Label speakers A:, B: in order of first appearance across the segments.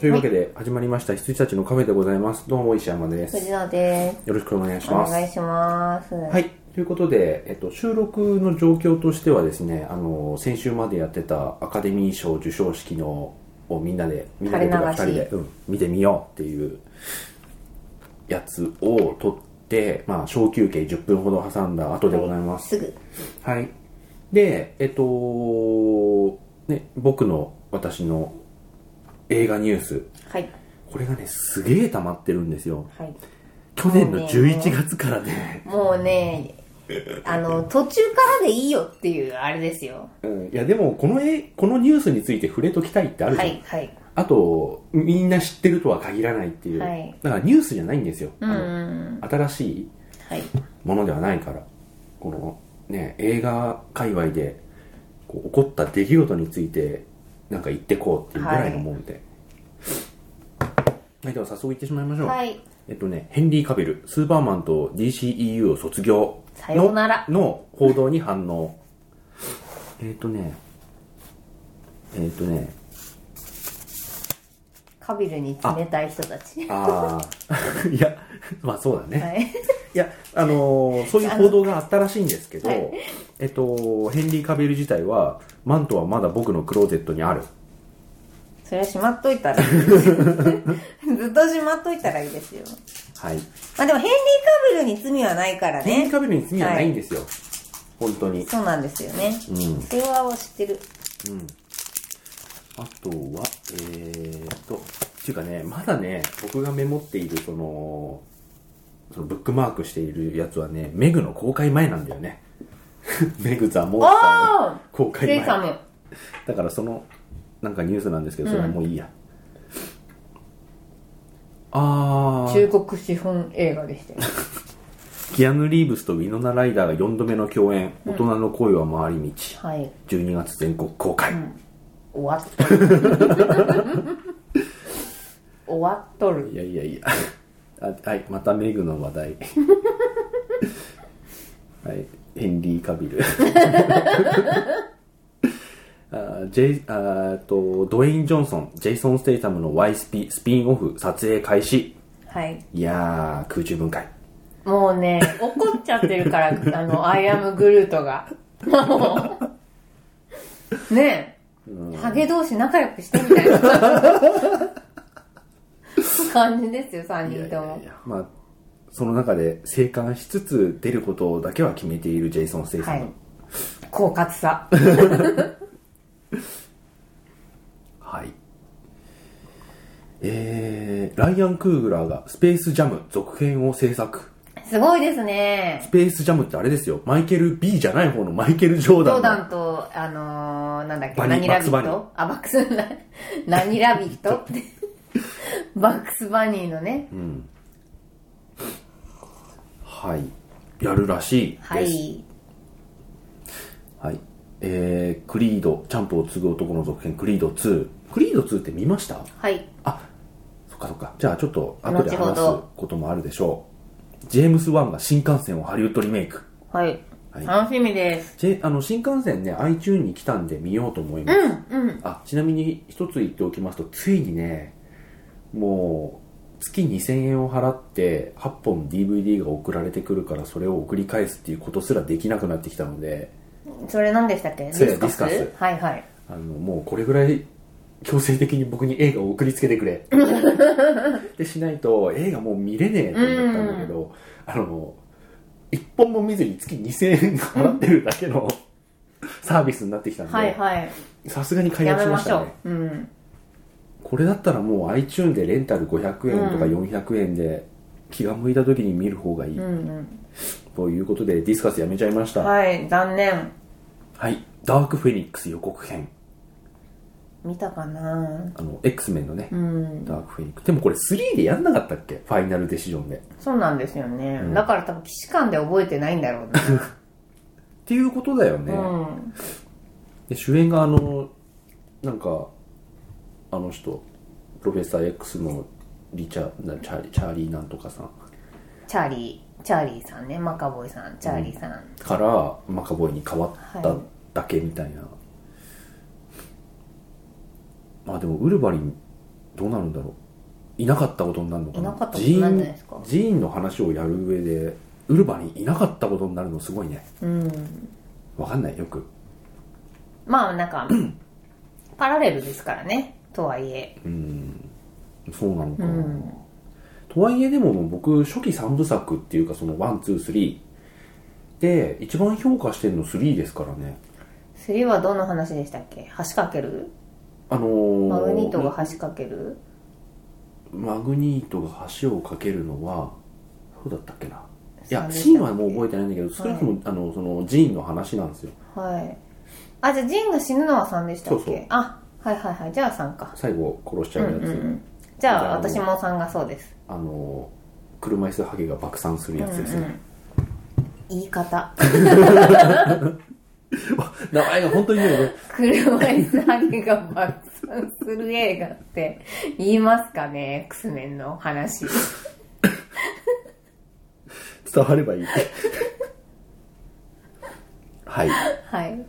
A: というわけで始まりました羊たちのカフェでございます。どうも石山です。
B: 藤野で
A: よろしくお願いし
B: す。お
A: ます。
B: 願いします。。
A: はいい。ということで、えっと、収録の状況としてはですね、あの、先週までやってたアカデミー賞授賞式のをみんなで、みんなでとか二人
B: 垂れ流し
A: で、うん、見てみようっていうやつを撮って、まあ、小休憩10分ほど挟んだ後でございます。
B: すぐ。
A: はい。で、えっと、ね、僕の、私の映画ニュース、
B: はい。
A: これがね、すげえ溜まってるんですよ。
B: はい。
A: 去年の
B: そうね
A: 11月からね。
B: もうね、あの、途中からでいいよっていう、あれですよ。
A: うん、いや、でも、この絵、このニュースについて触れときたいってあるじ
B: は
A: ゃん。
B: い、はい。
A: あと、みんな知ってるとは限らないっていう。
B: はい
A: だからニュースじゃないんですよ。
B: うん
A: あ
B: うん
A: の
B: うん。
A: 新しい
B: はい。
A: ものではないから。この、ね、映画界隈で、こう起こった出来事について、なんか言ってこうっていうぐらいのもんで。はい、では早速行ってしまいましょう。
B: はい。
A: えっとね、ヘンリー・カビル、スーパーマンと DCEU を卒業
B: さよ
A: の
B: うなら
A: の報道に反応。えっとね、えっとね、
B: カビルに冷たい人たち。
A: ああ、 いや、まあそうだね。、
B: はいい。
A: や、あのーそういう報道があったらしいんですけど、えっと、ヘンリー・カビル自体は、マントはまだ僕のクローゼットにある。
B: それはしまっといた らいいですよずっとしまっといたらいいですよ。
A: はい。
B: まあでも、ヘンリー・カビルに罪はないから
A: ヘンリー・
B: ね。
A: カビルに罪はないんですよ。本当に。
B: そうなんですよね。
A: うん。
B: それは知ってる。
A: うん。あとは、えーっと、っていうかね、まだね、僕がメモっている、その、そのブックマークしているやつはね、メグの公開前なんだよね。 メグザ・モースターの
B: ああ
A: 公
B: セ
A: 開
B: イサ
A: 前。
B: ム。
A: だからその、なんかニュースなんですけど、それはもういいや。あ
B: 中
A: ー、
B: 国資本映画 でしたよ。
A: キアヌ・リーブスとウィノナ・ライダーが4度目の共演、大人の恋は回り道、
B: はい。
A: 12月全国公開。
B: 終わっとる終わっと
A: い
B: る
A: やいやいやあはいまたメグの話題 はいヘンリー・カビル あージェイあーとドウェイン・ジョンソンジェイソン・ステイタムの Y スピスピンオフ撮影開始
B: はい
A: いやー空中分解
B: もうね怒っちゃってるから あの「アイアムグルートが」 もうねえハゲ同士仲良くしてみたいな感じですよ3
A: いや
B: 人
A: い
B: と
A: や
B: も
A: いやまあその中で生還しつつ出ることだけは決めているジェイソン・ステイタ
B: は
A: ム、
B: い狡猾さ
A: はい。えー、ライアン・クーグラーがスペースジャム続編を制作。
B: すごいですね
A: スペースジャムってあれですよ。マイケル・ B じゃない方のマイケル・ジョー
B: ジョ
A: ダ
B: ー
A: ン
B: ダ
A: が。
B: ンとあのー、なんだっけ
A: バニ
B: 何ラビ
A: バックスバ
B: ッ
A: ニ
B: トあバックスな何ラビットってバックスバニーのね
A: はい。やるらしいです。
B: は。い。
A: はい、えー、クリード、チャンプを継ぐ男の続編、クリード2。クリード2って見ました
B: はい。
A: そっかそっか。じゃあちょっと後で話
B: 後ほ
A: す
B: ど
A: こともあるでしょう。ジェームス・ワンが新幹線をハリウッドリメイク。
B: はい。
A: はい
B: 楽しみです。
A: ジェあの新幹線ね、iTune に来たんで見ようと思います。
B: うん。うん。
A: あちなみに一つ言っておきますとついにねもう月2000円を払って8本 DVD が送られてくるからそれを送り返すっていうことすらできなくなってきたので
B: それ何でしたっけディ
A: それ
B: スカス
A: ディスカ
B: はいはい。
A: あのもうこれぐらい強制的に僕に映画を送りつけてく れでしないと映画もう見れねえと思ったんだけど、あの1本も見ずに月2000円払ってるだけのサービスになってきたん
B: はい
A: で
B: はい。
A: さすがに解
B: や
A: 約
B: め
A: しま
B: ま
A: し
B: したょ
A: ね
B: う。うん。
A: これだったらもう iTune でレンタル500円とか400円で気が向いた時に見る方がいい、
B: うん
A: ということでディスカスやめちゃいまし
B: う
A: た
B: ん。
A: はい、
B: はい、残念。
A: ダークフェニックス予告編
B: 見たかな
A: あの X メンのね、
B: うん。
A: ダークフェニックスでもこれ3でやんなかったっけファイナルデシジョンでっ
B: そうなんですよね。
A: うん
B: だから多分、既視感で覚えてないんだろう
A: ていうことだよ ね、
B: な。うん。
A: で主演があのなんかあの人プロフェッサー X のリチャなチャーリーチャーリーなんとかさん
B: チャーリー、チャーリーさんね。マカボイさん、チャーリーさん。
A: からマカボーイに変わった
B: はい
A: だけみたいな、まあでもウルヴァリンどうなるんだろういなかったことになるのかない
B: なかったことになるんじゃないですか
A: 寺院寺院の話をやる上でウルヴァにいなかったことになるのすごいね
B: うん。
A: わかんないよく
B: まあ なんか、パラレルですからね。とはいえ。
A: うんそうなのかな、
B: うん
A: とはいえでも僕初期3部作っていうかその123で一番評価してるの3ですからね
B: 3はどの話でしたっけ橋かける
A: あのー
B: マグニートが橋かける
A: マグニートが橋を架けるのはそうだったっけない
B: そ
A: や
B: うでしたっけ
A: シーンはもう覚えてないんだけど少なくとも、あのそのジーンの話なんですよ
B: はい。あ、じゃあジンが死ぬのは3でしたっけ
A: そうそう
B: あ、はいはいはい。じゃあ3か。
A: 最後殺しち
B: うん
A: ゃ
B: う
A: うんやつ、
B: うん。じゃあ私も3がそうです。
A: あの車椅子ハゲが爆散するやつです
B: うんう
A: ね、
B: ん言い方。
A: 名前が本当にもうね
B: 車椅子ハゲが爆散する映画って言いますかね X メン の話。
A: 伝わればいい はい
B: はい。
A: っ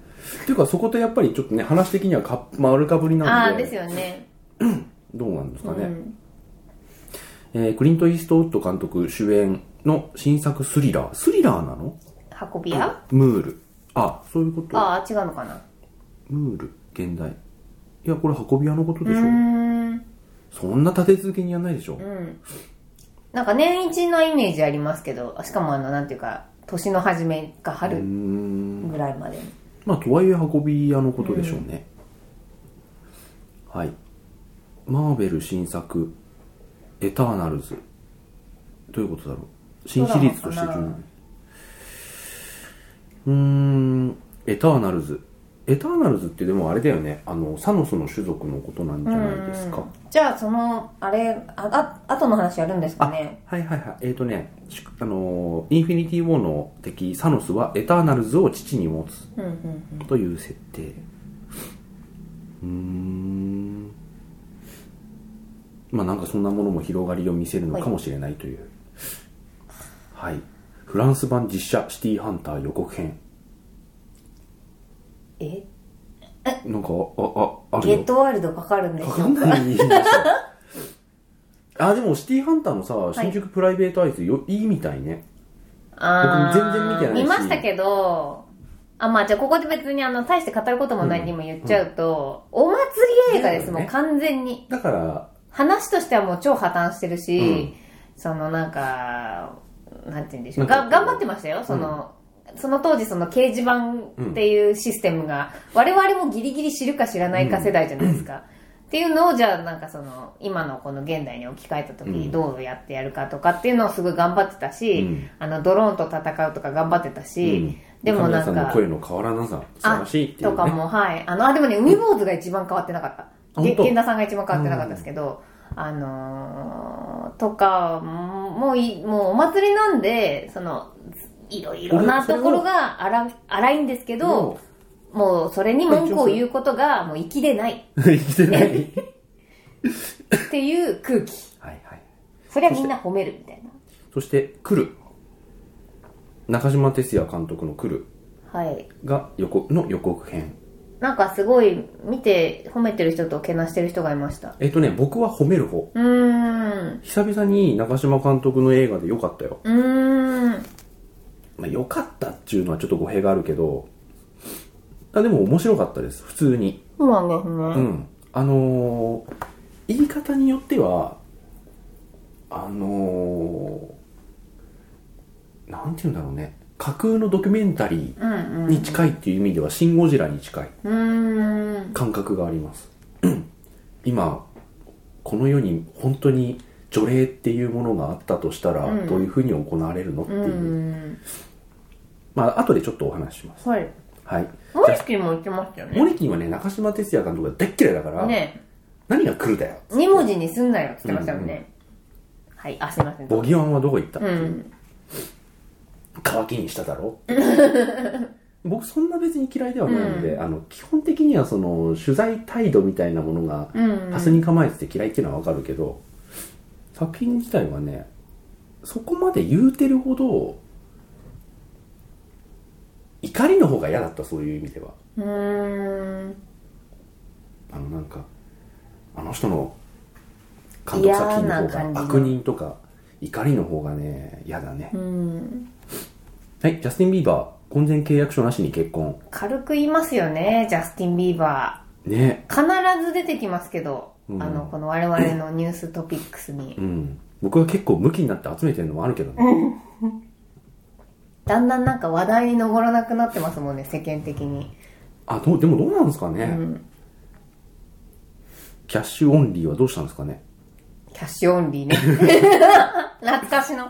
A: ていうかそことやっぱりちょっとね話的にはか丸かぶり
B: あ
A: な
B: あ
A: ん
B: ー、
A: で
B: ですよね。
A: どうなんですか
B: う
A: ね、
B: ん。
A: えークリント・イーストウッド監督主演の新作スリラースリラーなの
B: 運び屋
A: ムールあそういうこと
B: ああ、違うのかな。
A: ムール現代いやこれ運び屋のこと
B: う
A: でしょ、
B: ーん。
A: そんな立て続けにやんないでしょ、
B: うん。なんか年一のイメージありますけど、しかもあの、なんていうか、年の初めか
A: うー
B: 春
A: ん
B: ぐらいまで。
A: まあとはいえ運び屋のことでしょうね、はいマーベル新作「エターナルズ」どういうことだろう新シリーズとして
B: ドラマかな
A: うーん「エターナルズ」「エターナルズ」ってでもあれだよねあのサノスの種族のことなんじゃないですか、
B: うんじゃあ、その、あれ、あ、あ、後の話やるんですかね。
A: はいはいはいえっ、ー、とねしあのーインフィニティ・ウォーの敵サノスはエターナルズを父に持つ
B: うんうんうん。
A: という設定うーんまあなんかそんなものも広がりを見せるのかもしれないというはい、フランス版実写「シティーハンター」予告編
B: え
A: なんかあああある
B: ゲ
A: よ
B: ットワールドかかるんでし
A: か
B: ょ
A: かんないでしょあでもシティーハンターのさ新宿プライベートアイズよ、い、いみたいね
B: あー
A: 僕全然見てないし
B: 見ましたけど、あ、まあじゃあここで別にあの、大して語ることもないにも言っちゃうと、お祭り映画ですも
A: そうだね
B: ん、完全に。
A: だから
B: 話としてはもう超破綻してるし、
A: うん
B: そのなんか、なんて言うんでしょう。
A: なん
B: が
A: か
B: 頑張ってましたよ、その、その当時その掲示板っていうシステムが、我々もギリギリ知るか知らないか世代じゃないですか。っていうのをじゃあなんかその今のこの現代に置き換えた時
A: う
B: に
A: ん
B: どうやってやるかとかっていうのをすごい頑張ってたし、
A: うん
B: あのドローンと戦うとか頑張ってたし、
A: うん
B: でもな
A: 神谷
B: ん
A: さんの
B: か
A: 声の変わらなさ素晴らしいっていう、
B: あ
A: ね、
B: とかも、はい。あの、あ、でもね、海坊主が一番変わってなかった。
A: 本
B: げ
A: 当
B: 源田さんが一番変わってなかったですけど、あのーとか、もうい、もうお祭りなんで、その、いろいろな
A: 俺それ
B: と
A: を
B: ころが荒荒いんですけど、もうそれに文句を言うことがもう生きれない
A: うん生きてないはい
B: っていう空気。
A: はい
B: そりゃみんな褒めるみたいな。
A: そして「来る」中島哲也監督の「来る
B: はい。」
A: が予告の予告編
B: なんかすごい見て褒めてる人とけなしてる人がいました。
A: えっとね僕は褒める方
B: うーん。
A: 久々に中島監督の映画で良かったよ
B: うーん。
A: まあ、良かったっちゅうのはちょっと語弊があるけどあでも面白かったです普通に
B: そうなんですね。
A: うんあのー言い方によってはあのーなんて言うんだろうね架空のドキュメンタリ
B: うんうん
A: ーに近いっていう意味では「シン・ゴジラ」に近いう
B: ーん。
A: 感覚があります今この世に本当に除霊っていうものがあったとしたら、
B: うん
A: どういうふうに行われるのって
B: う
A: いう、
B: ん。
A: まあ後でちょっとお話しします
B: はい。
A: はい
B: モリスキーも言ってましたよ
A: モ
B: ね。
A: リキンはね中島哲也監督が大っ嫌いだから、
B: ね
A: 何が来るだよ
B: 二文字にすんなよって言ってましたもんね。はい。あ、すいません。
A: ボギワンはどこ行った、
B: うん。
A: 乾きにしただ ろ僕そんな別に嫌いではないので、
B: う
A: あの基本的にはその取材態度みたいなものが
B: うん。
A: パスに構えてて嫌いっていうのはわかるけど、作品自体はねそこまで言うてるほど怒りの方が嫌だったそういう意味では
B: うーん。
A: あのなんかあの人の監督作品の
B: 嫌な
A: 方
B: 感じ
A: が
B: の
A: 悪人とか怒りの方がね嫌だね、
B: うん
A: はいジャスティン・ビーバー婚前契約書なしに結婚
B: 軽く言いますよねジャスティン・ビーバ
A: ね
B: ー必ず出てきますけど、
A: うん
B: あのこの我々のニューストピックスに
A: うん僕は結構ムキになって集めてるのもあるけどね、
B: だんだんなんか話題に上らなくなってますもんね世間的に
A: あどうでもどうなんですかね、
B: ん
A: キャッシュオンリーはどうしたんですかね
B: キャッシュオン リーね懐かし の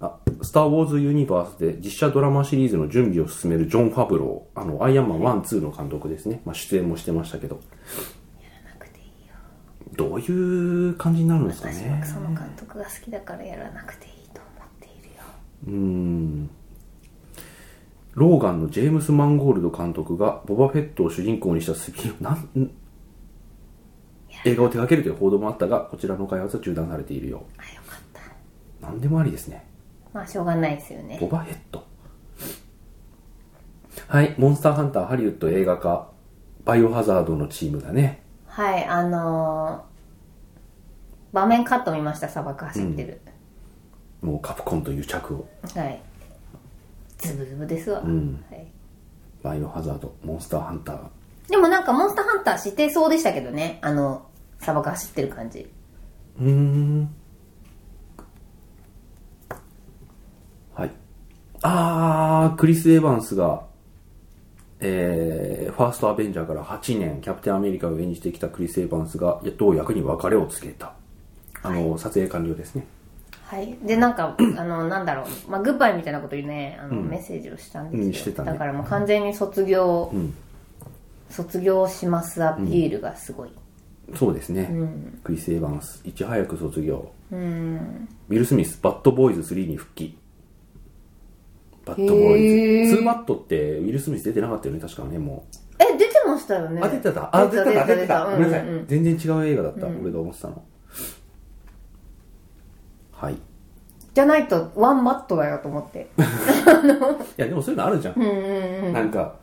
A: あスター・ウォーズ・ユニバースで実写ドラマシリーズの準備を進めるジョン・ファブローあのアイアンマン1、2の監督ですね、まあ、出演もしてましたけど
B: なくていいよ
A: どういう感じになるんですか
B: 私は
A: ね
B: その監督が好きだからやらなくていいと思っているよ
A: うーんローガンのジェームス・マンゴールド監督がボバ・フェットを主人公にしたスピンなんん映画を手掛けるという報道もあったがこちらの開発は中断されているよ
B: あよかった
A: 何でもありですね
B: まあしょうがないですよね
A: ボバヘッドはい「モンスターハンターハリウッド映画化」バイオハザードのチームだね
B: はいあのー、場面カット見ました砂漠走ってる、
A: もうカプコンと癒着を
B: はいズブズブですわ、
A: ん
B: はい、
A: バイオハザードモンスターハンター
B: でもなんかモンスターハンター知ってそうでしたけどねあの砂漠走ってる感じ
A: うーんはいあークリス・エヴァンスがえー、ファーストアベンジャーから8年キャプテンアメリカを演じてきたクリス・エヴァンスがどう役に別れを告げたあの、撮影完了ですね
B: はいでなん かあのなんだろう、まあ、グッバイみたいなことにねあの、メッセージをしたんですよ、
A: うんしてたね
B: だからもう完全に卒業、
A: ん
B: 卒業しますアピールがすごい、
A: そうですね、
B: ん
A: クリス・エヴァンスいち早く卒業
B: うーん
A: ウィル・スミスバッドボーイズ3に復帰バッドボーイズ
B: へー
A: 2バットってウィル・スミス出てなかったよね確かねもう
B: え出てましたよね
A: あ出てたあ出てた出てたごめんなさい、
B: うんうんうん
A: 全然違う映画だった、俺が思ってたのはいい
B: じゃないとワンマットだよと 思って
A: やでもそういうのあるじゃん、
B: うんうんうん
A: なんか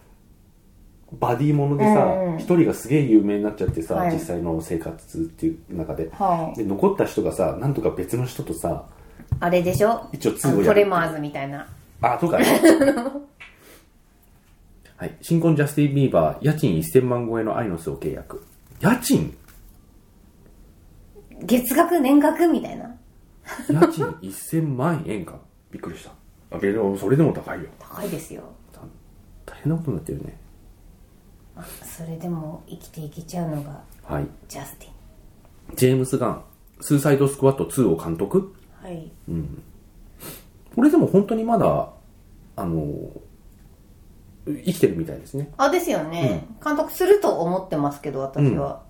A: バディものでさ
B: うんうん
A: 一、人がすげえ有名になっちゃってさ、
B: はい
A: 実際の生活っていう中で、
B: はい
A: で残った人がさなんとか別の人とさ
B: あれでしょ
A: 一応通
B: あ
A: をや
B: の
A: る
B: トレマーズみたいな
A: あ、 とかね。はい。新婚ジャスティン・ビーバー、家賃1000万超えのアイノスを契約。家賃
B: 月額年額みたいな
A: 家賃1000万円か。 びっくりした。あ、けど、それでも高いよ。
B: 高いですよ
A: 大変なことになってるね。
B: あそれでも生きていけちゃうのが
A: はい。
B: ジャスティン
A: ジェームス・ガン、スーサイド・スクワット2を監督
B: はい
A: これでも本当にまだ、あの、生きてるみたいですね。
B: あですよね、監督すると思ってますけど私は、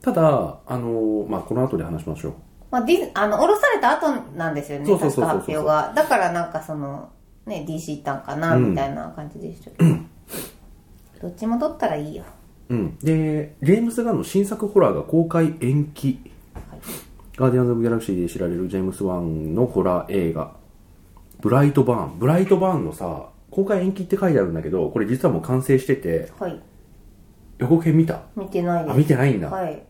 A: ただ、あの、まあ、この後で話しましょう。
B: まあ、ディズあの降ろされた後なんですよね
A: そうそう
B: 確
A: そうそう
B: か発表がだからなんかそのね DC 行ったんかな
A: うん
B: みたいな感じでしたけど、どっちも取ったらいいよ
A: うん。で、ジェームス・ガンの新作ホラーが公開延期。
B: はい
A: ガーディアンズ・オブ・ギャラクシーで知られるジェームス・ワンのホラー映画、ブライト・バーン。ブライト・バーンのさ、公開延期って書いてあるんだけど、これ実はもう完成してて、
B: はい
A: 予告編見た
B: 見てないで
A: あ、
B: す
A: 見てないんだ。
B: はい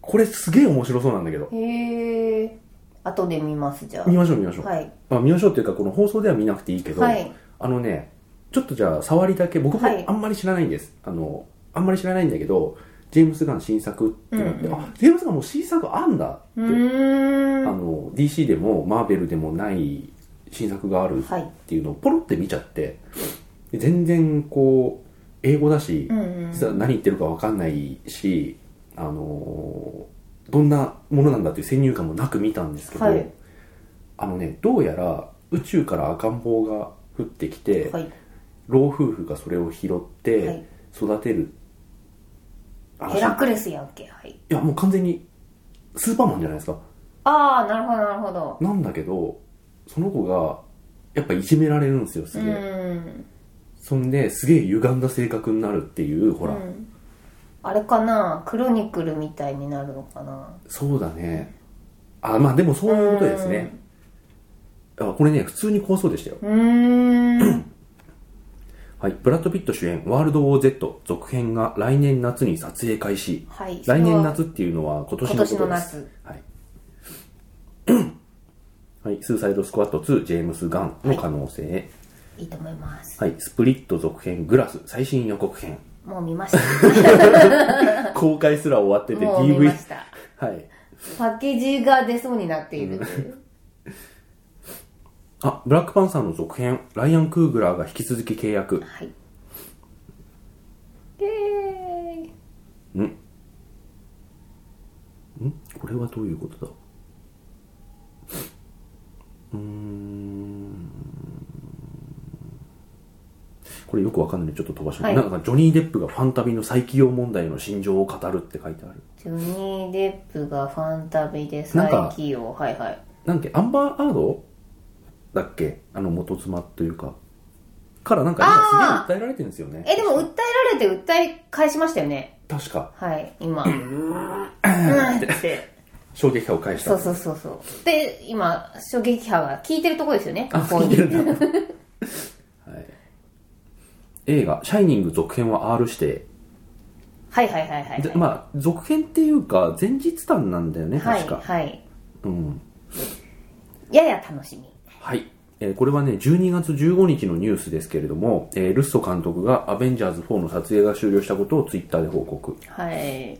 A: これすげえ面白そうなんだけど。
B: へえ後で見ますじゃあ
A: 見ましょう見ましょう。
B: はい
A: まあ、見ましょうっていうか、この放送では見なくていいけど、
B: はい
A: あのね、ちょっとじゃあ触りだけ、僕も
B: はい
A: あんまり知らないんです。あの、あんまり知らないんだけど、ジェームス・ガン新作ってなって、あ、ジェームス・ガンもう新作あんだって、
B: うーん
A: あの DC でもマーベルでもない新作がある
B: はい
A: っていうのをポロって見ちゃってで全然こう英語だし、
B: うんうん
A: 実は何言ってるか分かんないし、あのーどんなものなんだっていう先入観もなく見たんですけど、
B: はい
A: あのねどうやら宇宙から赤ん坊が降ってきて、
B: はい
A: 老夫婦がそれを拾って、
B: はい
A: 育てる話
B: ヘラクレスやんけはい
A: いやもう完全にスーパーマンじゃないですか
B: ああなるほどなるほど
A: なんだけど、その子が、やっぱいじめられるんですよ、す
B: う
A: げえ。
B: ん
A: そんで、すげえ歪んだ性格になるっていう、ほら、
B: うんあれかなクロニクルみたいになるのかな
A: そうだね。あ、まあでもそういうことですね。あこれね、普通に怖そうでしたよ。
B: うーん
A: はい、ブラッド・ピット主演、ワールド・ウォー・ Z 続編が来年夏に撮影開始。
B: はい
A: 来年夏っていうのは今年のことです。
B: 今年の夏
A: はい。 はい、スーサイド・スクワット2、ジェームス・ガンの可能性。
B: いいと思います
A: はい、スプリット続編、グラス、最新予告 編。
B: もう見ました
A: 公開すら終わってて、
B: もう見ま
A: DV
B: し。た
A: はい。
B: パッケージが出そうになっている
A: あ、ブラックパンサーの続編、ライアン・クーグラーが引き続き契約。
B: はいイエーイ
A: んこれはどういうことだうーんこれよくわかんないのでちょっと飛ばします、
B: はい
A: なんかジョニー・デップがファンタビの再起用問題の心情を語るって書いてある
B: ジョニー・デップがファンタビで
A: なん
B: 再
A: か
B: 起用はいはい
A: なんだっけアンバー・アードだっけあの元妻というかからなんか今すげえ訴えられてるんですよね
B: えでも訴えられて訴え返しましたよね
A: 確か
B: はい今うんって
A: 衝撃波を返した
B: そうそうそうそうで今衝撃波が効いてるとこですよね
A: あ、
B: こう
A: 聞いてる んだ。はい、映画、シャイニング続編は R 指定。
B: はいはいはいはい
A: で
B: はい
A: まあ、続編っていうか、前日談なんだよね、
B: はい
A: 確か。
B: はい
A: うん。
B: やや楽しみ
A: はい。えーこれはね、12月15日のニュースですけれども、えールッソ監督がアベンジャーズ4の撮影が終了したことをツイッターで報告。
B: はい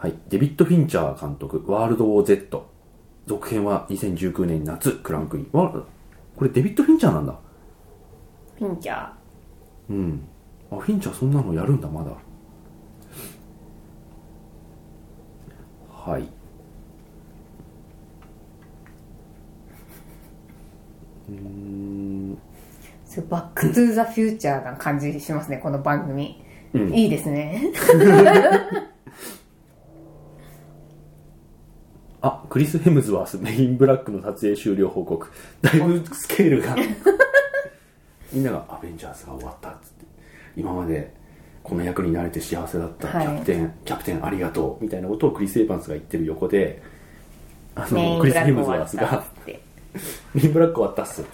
A: はい。デビッド・フィンチャー監督、ワールド・ウォー・ Z。続編は2019年夏、クランクイン。わこれデビッド・フィンチャーなんだ。
B: ピンチャー
A: うん。あ、フィンチャーそんなのやるんだ、まだ。はい。
B: そうバックトゥーザフューチャーな感じしますねこの番組、
A: うん
B: いいですね
A: あ、クリス・ヘムズワース、メインブラックの撮影終了報告。だいぶスケー ルが。みんながアベンジャーズが終わったっつって。今までこの役に慣れて幸せだった、
B: はい
A: キャプテン、キャプテンありがとう、みたいなことをクリス・エヴァンスが言ってる横で、あ
B: メイ
A: の、
B: ン
A: ク
B: ブ
A: リス・
B: ラ
A: ヘ
B: ック
A: ムズ
B: 終
A: ワ
B: わ
A: ー
B: っ
A: ス
B: たっ
A: が
B: つ、って
A: メインブラック終わったっす。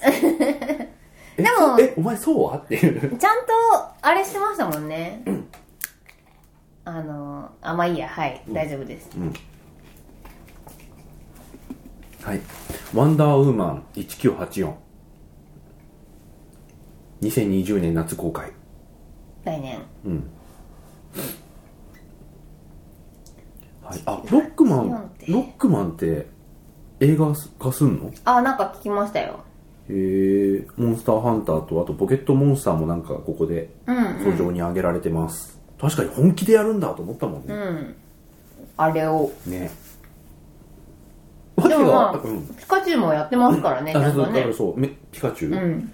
A: え
B: でも
A: そうえ、お前そうはっていう。
B: ちゃんとあれしてましたもんね、あのあまあいいやはい大丈夫です、
A: はい。ワンダーウーマン1984。2020年夏公開。
B: 来年
A: はい。あ、ロックマン
B: なん、て
A: ロックマンって映画化すんの
B: あなんか聞きましたよ
A: へえ、モンスターハンターと、あとポケットモンスターもなんかここで
B: うんうん
A: 登場に挙げられてます。確かに本気でやるんだと思ったもん
B: う
A: ね。
B: んあれを
A: ね。わけ
B: でも
A: があった
B: ま
A: か、うん。
B: あピカチュウもやってますからねち
A: あ
B: ゃん
A: そう
B: と
A: だか
B: ね
A: らそう、めピカチュウ、
B: うん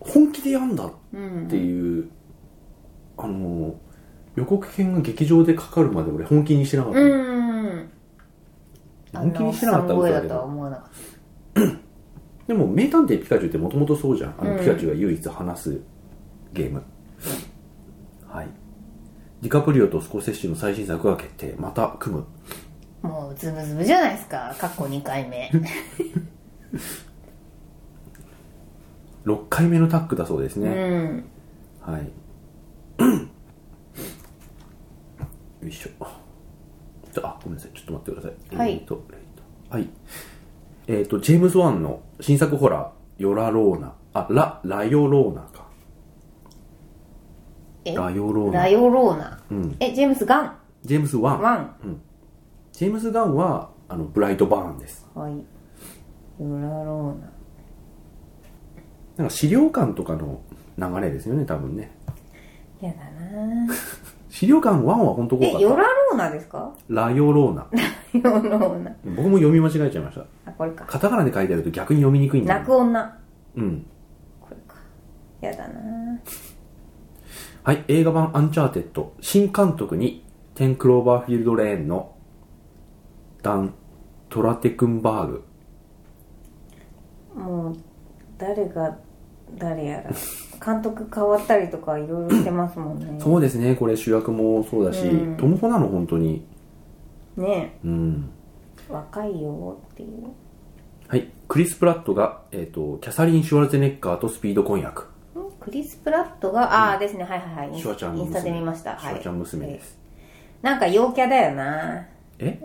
A: 本気でやんだ
B: うん
A: っていう、あの予告編が劇場でかかるまで俺本気にしてなかった、
B: うんあ
A: 本気
B: の
A: にしてなかった
B: 産
A: 嘘
B: 声
A: だ
B: だ
A: け
B: とは
A: ど
B: 思わなかっ
A: でも名探偵ピカチュウってもともとそうじゃんあ
B: う
A: の
B: ん
A: ピカチュウが唯一話すゲーム、はいディカプリオとスコセッシュの最新作が決定また組む
B: たもうズブズブじゃないですか過去2 回目
A: 6回目のタッグだそうです
B: う
A: ね、
B: ん
A: はい よいしょちょあごめんなさいちょっと待ってください
B: はい
A: えーとえーとはいえっ、とジェームズ・ワンの新作ホラー「ヨラローナ」あララヨローナか
B: え
A: ラヨローナ
B: ラヨローナ、
A: ん
B: えジェームス・ガン
A: ジェームズ・ワン
B: ワン
A: ジェームズ・ガンはあのブライト・バーンです
B: はいラローナ
A: なんか資料館とかの流れですよね多分ね
B: やだなぁ
A: 資料館1は本当
B: え
A: 怖か
B: ヨ
A: っ
B: ラローナですか
A: たラヨローナ
B: ヨローナ
A: 僕も読み間違えちゃいました
B: あこれか
A: カタカナで書いてあると逆に読みにくいんだよ
B: 泣く女
A: うん
B: これかやだなぁ
A: はい、映画版アンチャーテッド、新監督に、テンクローバーフィールドレーンの、ダン・トラテクンバーグ。
B: もう誰が誰やら監督変わったりとかいろいろしてますもんね
A: そうですね、これ主役もそうだし、
B: うん
A: トム・ホナの本当に、
B: ね
A: うん。
B: え若いよっていう
A: はい。クリス・プラットが、えっ、と、キャサリン・シュワルツェネッガーとスピード婚約。
B: んクリス・プラットが、ああーですね、はいはいはい。
A: シュワちゃん
B: インスタで見ました。
A: シュワちゃん娘で
B: はい
A: す。
B: なんか陽キャだよな。
A: え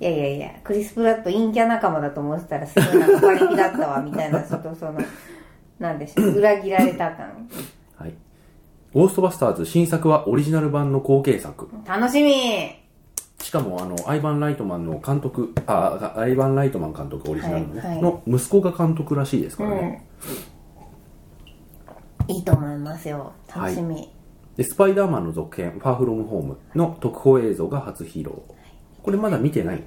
B: いやいやいや、クリス・プラット陰キャ仲間だと思ってたら、すごいなんか割りだったわ、みたいな、ちょっとその、なんでしょう、裏切られた感。
A: はい。ゴーストバスターズ新作はオリジナル版の後継作。
B: 楽しみ
A: しかも、あの、アイバン・ライトマンの監督、あ、アイバン・ライトマン監督、オリジナルのね、
B: はいはい
A: の息子が監督らしいですからね。
B: うん。いいと思いますよ。楽しみ。
A: で、スパイダーマンの続編、ファーフロムホームの特報映像が初披露。これまだ見てない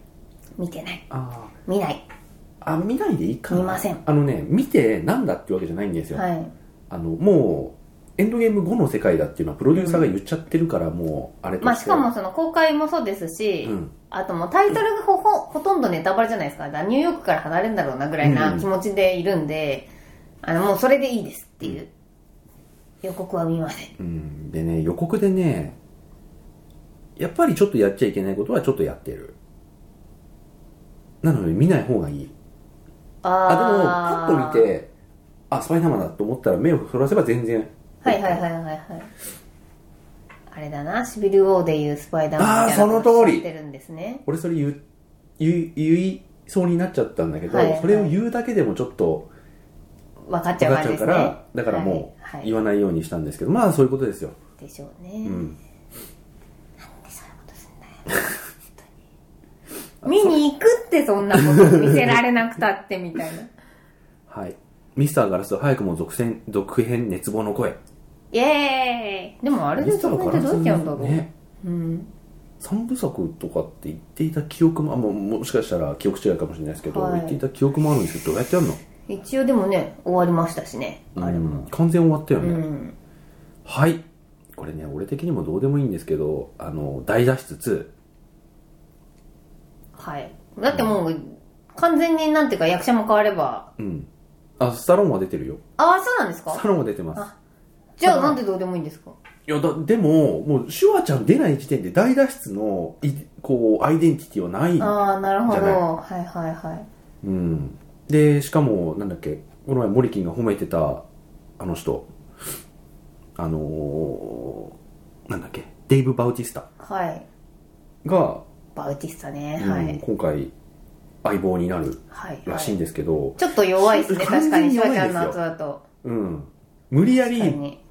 B: 見てない。
A: あ
B: 見ない。
A: あ。あ、見ないでいいかな。
B: 見ません
A: あのね、見てなんだってわけじゃないんですよ。
B: はい。
A: あの、もう、エンドゲーム後の世界だっていうのはプロデューサーが言っちゃってるから、もう、あれとして。
B: まあ、しかもその公開もそうですし、
A: うん
B: あともうタイトルがほほほとんどネタバレじゃないですか。だからニューヨークから離れるんだろうなぐらいな
A: うん
B: 気持ちでいるんで、あのもうそれでいいですっていう。予告は見ません。
A: うん、でね、予告でね、やっぱりちょっとやっちゃいけないことはちょっとやってる。なので見ない方がいい。あ、でも、パッと見。て、あ、スパイダーマンだと思ったら目をそらせば全然。
B: はいはいはいはいはい。あれだな、シビル・ウォーでいうスパイダーマンみたい
A: あー
B: な
A: その
B: を
A: 通り
B: してるんですね。
A: 俺それ言う、言い、言いそうになっちゃったんだけど、
B: はいはい
A: それを言うだけでもちょっと
B: 分かっち
A: 分
B: ゃう
A: かっ
B: 感
A: ち
B: じ
A: ゃ
B: で
A: うか
B: すね。
A: ら、だからも
B: は
A: う
B: い
A: 言
B: は
A: わないようにしたんですけど、まあそういうことですよ。
B: い、でしょうね。
A: うん。
B: なんでそういうことすんだよ本当に見に行くってそんなこと見せられなくたってみたいな
A: はい。ミスターガラス早くも続編、続編熱望の声。
B: イエーイでもあれで
A: ミスタ
B: そ
A: ー
B: こ
A: ガ
B: っ
A: ラ
B: てどうやってやるんだろ
A: ス
B: う、
A: ね。
B: うん
A: 三部作とかって言っていた記憶もあもうもしかしたら記憶違いかもしれないですけど、
B: はい
A: 言っていた記憶もあるんですけどどうやってやるの
B: 一応でもね終わりましたしねあれも
A: うん完全終わったよ
B: う
A: ね、
B: ん
A: はいこれね俺的にもどうでもいいんですけどあの大脱出
B: はいだってもう完全になんていうか役者も変われば
A: 2うんあスタローンは出てるよ
B: ああそうなんです
A: ス
B: か
A: タローンは出てます
B: じゃあなんでどうでもいいんですか
A: いやだでももうシュワちゃん出ない時点で大脱出のいこうアイデンティティはない
B: ああなるほど
A: じゃない
B: はいはいはい
A: うんでしかもなんだっけこの前モリキンが褒めてたあの人あのー、なんだっけデイブ・バウティスタ
B: はい
A: が、
B: バウティスタね
A: うん
B: はい、
A: 今回相棒になる
B: はい、
A: ら
B: は
A: しいん
B: い、
A: ですけど、
B: ちょっと弱いですね確か
A: 完
B: に
A: 全に
B: シュ
A: 弱い
B: ワ
A: ん
B: ち
A: ですよ
B: ゃんの後だと
A: うん無理や
B: 確か
A: り
B: に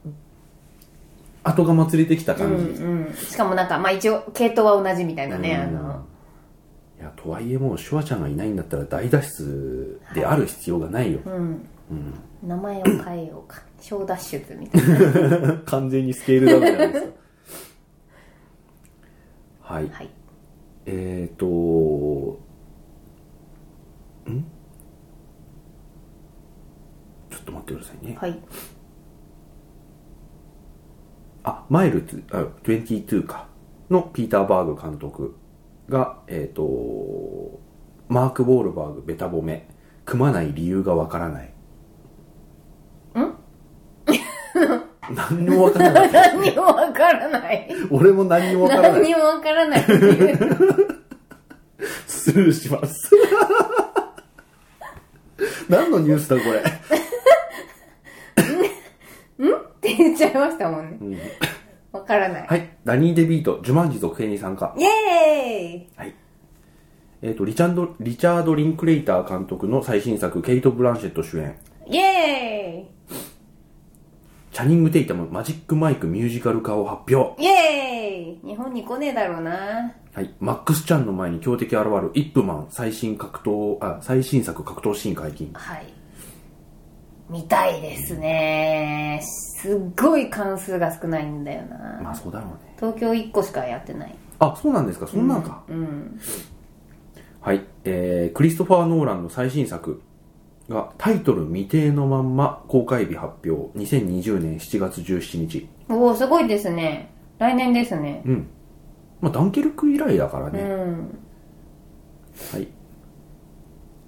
A: 後釜連れてきた感じ、
B: うんうん、しかもなんか、まあ、一応系統は同じみたいなね、
A: うん
B: あの
A: いやとはいえもうシュワちゃんがいないんだったら大脱出である必要が ないよ、
B: うん
A: うん、
B: 名前を変えようか小脱出みたいな
A: 完全にスケールダウンじゃないですかはい
B: はい
A: えーとんちょっと待ってくださいね
B: はい
A: あマイルツあ22かのピーター・バーグ監督がえーとマーク・ウォールバーグベタ褒め組まない理由がわからないん 何にもわからない
B: 何もわからない
A: 俺も何にもわからない
B: 何もわからないっていう
A: スルーします何のニュースだこれ
B: って言っちゃいましたもんねわ、からない、
A: はい。ダニー・デビート、ジュマンジ続編に参加。
B: イエ
A: はい。えっ、と、リチャード、リチャード・リンクレイター監督の最新作、ケイト・ブランシェット主演。
B: ーイイエ
A: チャニング・テイタム、マジック・マイクミュージカル化を発表。
B: ーイイエーイ日本に来ねえだろうな
A: はい。マックス・チャンの前に強敵現る、イップマン、最新格闘、あ、最新作格闘シーン解禁。
B: はい見たいですねすっごい関数が少ないんだよ
A: ま
B: な
A: あ、そうだろうね。
B: 東京1個しかやってない
A: あ、そうなんですか、そんなんか。
B: うん
A: はい。えー、クリストファー・ノーランの最新作が、タイトル未定のまんま、公開日発表。2020年7月17日。
B: おおすごいですね来年ですね
A: うん。まあ、ダンケルク以来だから
B: う
A: ね。
B: ん
A: はい。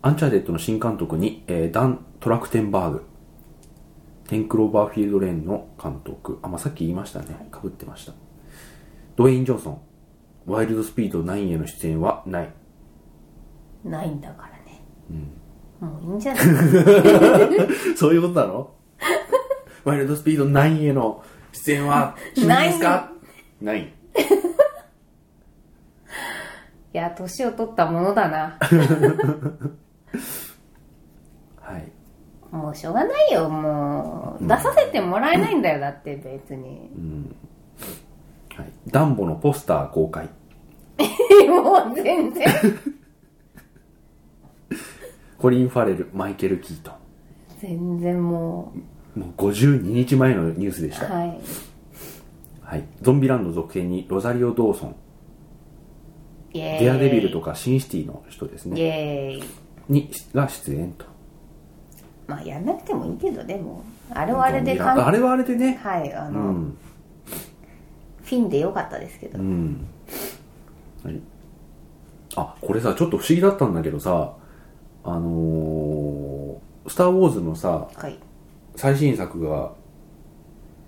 A: アンチャーデッドの新監督に、えーダン・トラクテンバーグ。テンクローバーフィールドレーンの監督。あ、まあ、さっき言いましたね。かぶってました。ドウェイン・ジョンソン。ワイルドスピード9への出演はない。
B: ないんだからねもういいんじ ゃない
A: そういうことなの ワイルドスピード9への出演は決めますかない
B: いや、年を取ったものだな。
A: はい
B: もうしょうがないよ、もう。出させてもらえないんだよ、だって別に。
A: はい、ダンボのポスター公開
B: もう全然。
A: コリン・ファレルマイケル・キート
B: 全然も
A: ンもう52日前のニュースでし
B: う。
A: た、
B: はい。
A: はい、ゾンビランド続編にロザリオ・ドーソン
B: イェーイ。
A: デアデビルとかシンシティの人です
B: イ
A: ね
B: ェーイ。
A: にが出演と
B: まあ、やんなくてもいいけど、でも。あれはあれ
A: ゾン
B: で
A: ビランドあ
B: かん
A: れはあれでね
B: はい、あ
A: う
B: の、
A: ん
B: フィンでよかったですけど。
A: うんはいあこれさちょっと不思議だったんだけどさあのースター・ウォーズ」のさ
B: はい。
A: 最新作が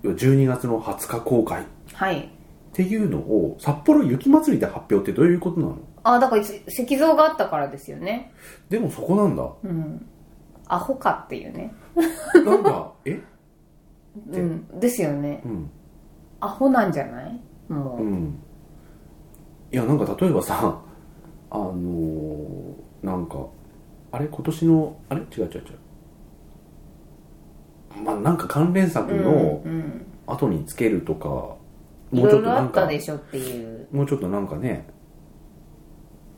A: 12月の20日公開っ
B: はい。
A: ていうのを札幌雪まつりで発表ってどういうことなの
B: あ、だから石石像があったからですよね。
A: でもそこなんだ
B: うん。アホかっていうね。
A: なんか えで
B: うん。ですよね。
A: うん
B: アホなんじゃないもう。
A: うんいやなんか例えばさ あのーなんかあれ今年のあれ違う違う違うまあなんか関連作の
B: うんうん
A: 後につけるとか、も
B: いう
A: ちょ
B: ろい
A: っと
B: ろあ
A: なん
B: った
A: か
B: でしょっていう。
A: もうちょっとなんかね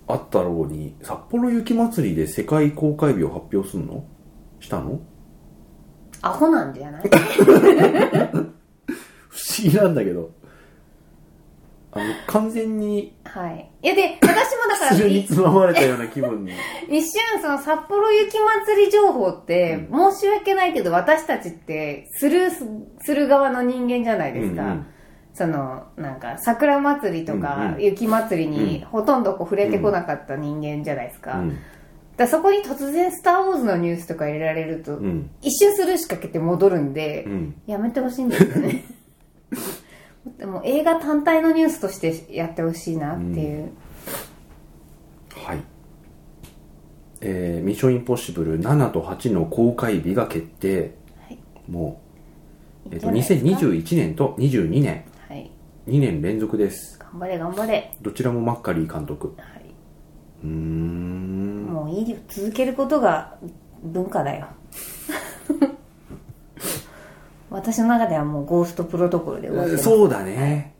A: あったろうに札幌雪まつりで世界公開日を発表すんのしたの
B: アホなんじ ゃない
A: 不思議なんだけどあの完全に
B: はい。いやで、私も だから、
A: 連れ
B: い
A: につままれたような気 分に
B: 一瞬その札幌雪まつり情報って、申し訳ないけど私たちってスルーすする側の人間じゃないですか。
A: うんうん
B: そのなんか桜祭りと
A: うん
B: か
A: うん
B: 雪祭りにほとんどこう触れてこなかった人間じゃないですか,、
A: うん
B: だからそこに突然「スター・ウォーズ」のニュースとか入れられると、
A: うん
B: 一瞬スルーしかけて戻るんで、
A: うん
B: やめてほしいんですよ ねでも映画単体のニュースとしてやってほしいなっていう、
A: はい。えーミッションインポッシブル7と8の公開日が決定。
B: はい
A: もう、えっと、
B: いいんじゃないですか
A: 2021年と22年、
B: はい
A: 2年連続です。
B: 頑張れ頑張れ、
A: どちらもマッカリー監督。
B: は
A: うー
B: い、
A: ん。
B: もういいよ続けることが文化だよ 私の中ではもうゴーストプロトコルで終わってます
A: そうだね。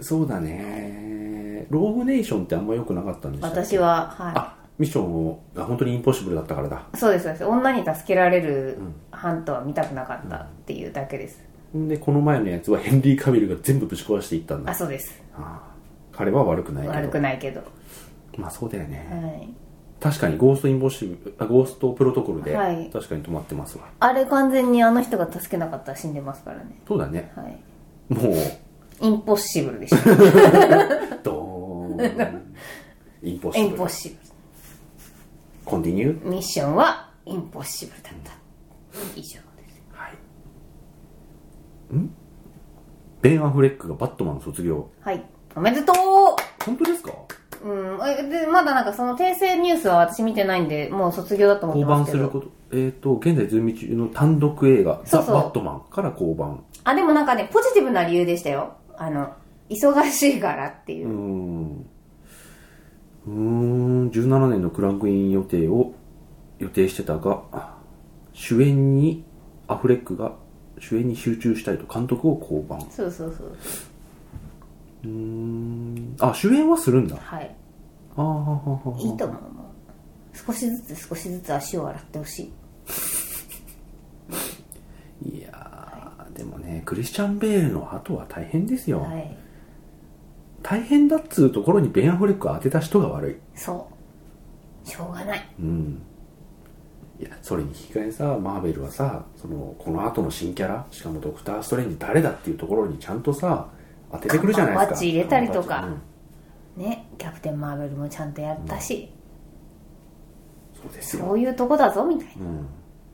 A: そうだね。ローグネーションってあんま良くなかったんでしたっけ
B: 私。ははい
A: あ、ミッションが本当にインポッシブルだったからだ。
B: そうですそうです女に助けられるハントは見たくなかったっていうだけです、
A: んで、この前のやつはヘンリー・カビルが全部ぶち壊していったんだ。
B: あそうです
A: あー彼は悪くないけど。
B: 悪くないけどは
A: まあそうだよね。
B: い
A: 確かにゴーストインボッシブあゴーストプロトコルで
B: はい
A: 確かに止まってますわ、
B: あれ完全にあの人が助けなかったら死んでますからね
A: そうだね
B: はい
A: もう
B: インポッシブルでした
A: ドーンインポッ
B: イ
A: シ
B: ン
A: ブ
B: ポッ
A: ル
B: シ
A: コンディニュー
B: ブルミッションはインポッシブルだった以上です
A: はいんベン・アフレックがバットマン卒業
B: はいおめでとう
A: 本当ですか
B: うんえでまだなんかその訂正ニュースは私見てないんでもう卒業だと思っ
A: 降
B: てま
A: 板
B: す
A: す
B: け
A: る
B: ど
A: ことえっ、と現在準備中の単独映画「
B: そうそう
A: ザ・バットマン」から降板
B: あでもなんかねポジティブな理由でしたよあの忙しいからっていうう、
A: ーんうーん17年のクランクイン予定を予定してたが主演にアフレックが主演に集中したいと監督を降板
B: そうそうそう
A: うーんあ主演はするんだ
B: はい
A: あーははははい
B: いと思うもう少しずつ少しずつ足を洗ってほしい
A: いやーでもねクリスチャン・ベールの後は大変ですよ、
B: はい
A: 大変だっつうところにベン・アフレックを当てた人が悪い
B: そうしょうがない
A: うんいやそれに引き換えさマーベルはさそのこの後の新キャラしかもドクター・ストレンジ誰だっていうところにちゃんとさ当ててくるじゃないですか
B: 缶バッジ入れたりと
A: 缶
B: か
A: バッジ
B: ねキャプテン・マーベルもちゃんとやったし、
A: うんそうですよ
B: そういうとこだぞみたいな、
A: うん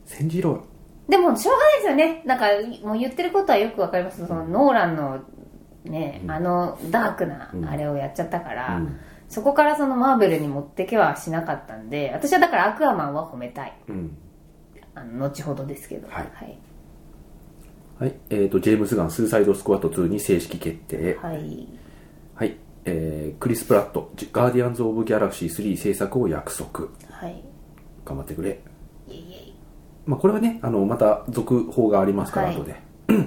A: 千じろ
B: でもしょうがないですよねなんかもう言ってることはよくわかりますそのノーランのね、あのダークなあれをやっちゃったから、
A: うん
B: そこからそのマーベルに持ってけはしなかったんで私はだからアクアマンは褒めたい
A: うん
B: あの後ほどですけど
A: はいはいえー、とジェームス・ガン「スーサイド・スクワット2」に正式決定
B: はいはい
A: はい、えークリス・プラット「ガーディアンズ・オブ・ギャラクシー3」制作を約束
B: はい
A: 頑張ってくれ
B: いえいえい
A: まあ、これはねあのまた続報がありますから、
B: はい
A: 後で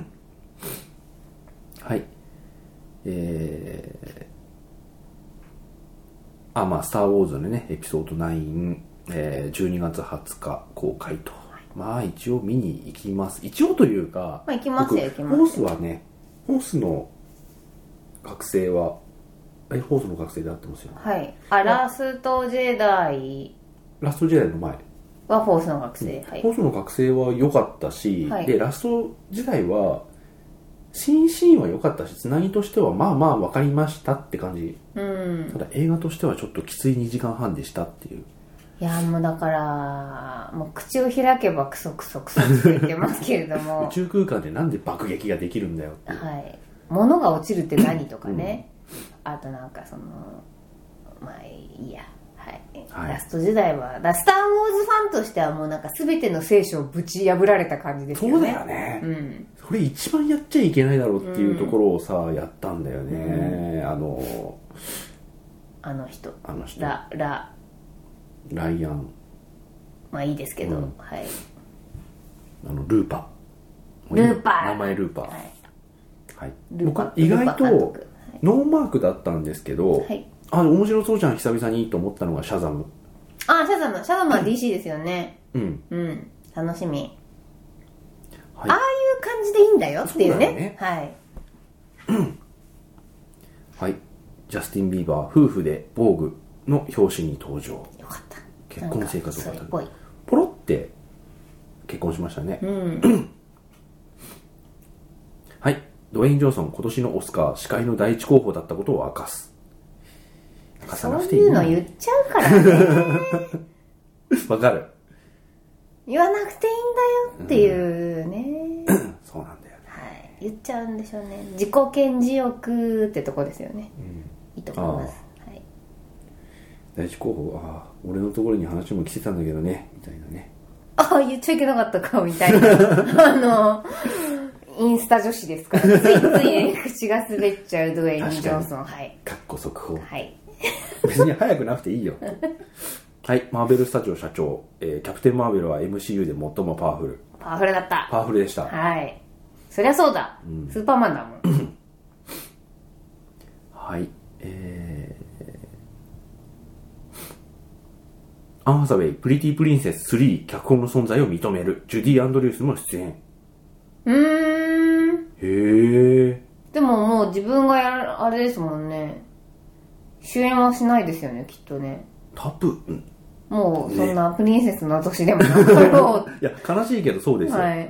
A: はいえー、あまあ「スター・ウォーズ」のねエピソード9、えー、12月20日公開と、まあ一応見に行きます一応というか、
B: まあ行きますよ行きますよ
A: ホースはねホースの学生はえホースの学生であってますよね
B: はいあラストジェダイ
A: ラスト時代の前
B: はフォースの学生、はい
A: ホースの学生は良かったし、
B: はい
A: でラスト時代は新シーンは良かったしつなぎとしてはまあまあ分かりましたって感じ
B: うん
A: ただ映画としてはちょっときつい2時間半でしたっていう
B: いやもうだからもう口を開けばクソクソクソクソ言ってますけれども
A: 宇宙空間でなんで爆撃ができるんだよっていう
B: はい物が落ちるって何とかね、あとなんかそのまあいいやはい、
A: はい
B: ラスト時代はだスター・ウォーズファンとしてはもうなんか全ての聖書をぶち破られた感じです
A: そ
B: よ
A: う
B: ね
A: だよね、
B: うん
A: それ一番やっちゃいけないだろうっていうところをさ、やったんだよね、あの
B: あの人
A: あの人
B: ララ
A: ライアン
B: まあいいですけど、
A: うん
B: はい
A: あのルーパ
B: ルーパー
A: 名前ルーパー、
B: はい
A: はい、
B: ルーパ
A: 僕意外と
B: ルーパ監督
A: ノーマークだったんですけど、
B: はい
A: あ面白そうじゃん久々にと思ったのがシャザム
B: あシャザムシャザムは DC ですよね
A: うん
B: うん楽しみ
A: はい
B: ああいう感じでいいんだよってい
A: そ
B: うね
A: うだよね
B: はい
A: はいジャスティン・ビーバー夫婦で「防具」の表紙に登場
B: よかった
A: 結婚生活を語
B: なんかそれっ
A: る
B: ぽい
A: ポロって結婚しましたね、
B: うん
A: はいドウェイン・ジョンソン今年のオスカー司会の第一候補だったことを明かす明かさ
B: そう
A: なくてい
B: い
A: いう
B: の言っちゃうからね
A: わか る
B: 言わなくていいんだよっていうね、
A: うんそうなんだよね
B: はい言っちゃうんでしょうね自己顕示欲ってとこですよね、いいと思いますはい
A: 第一候補ああ俺のところに話も来てたんだけどねみたいなね
B: ああ言っちゃいけなかったかみたい なあのインスタ女子ですからついついね口が滑っちゃうドウェイン・ジョンソンはい
A: かっこ速報
B: はい
A: 別に早くなくていいよはいマーベルスタジオ社長、えーキャプテン・マーベルは MCU で最もパワフル
B: パワフルだった
A: パワフルでしたはい、
B: はいそりゃそうだ、スーパーマンだもん
A: えー、アン・ハサウェイ「プリティ・プリンセス3」脚本の存在を認めるジュディ・アンドリュースも出演
B: うーん
A: へえ
B: でももう自分がやるあれですもんね主演はしないですよねきっとね
A: タプうん
B: もうそんなプリンセスの年でもな かろ
A: いや悲しいけどそうで
B: う
A: すよ、、
B: はいい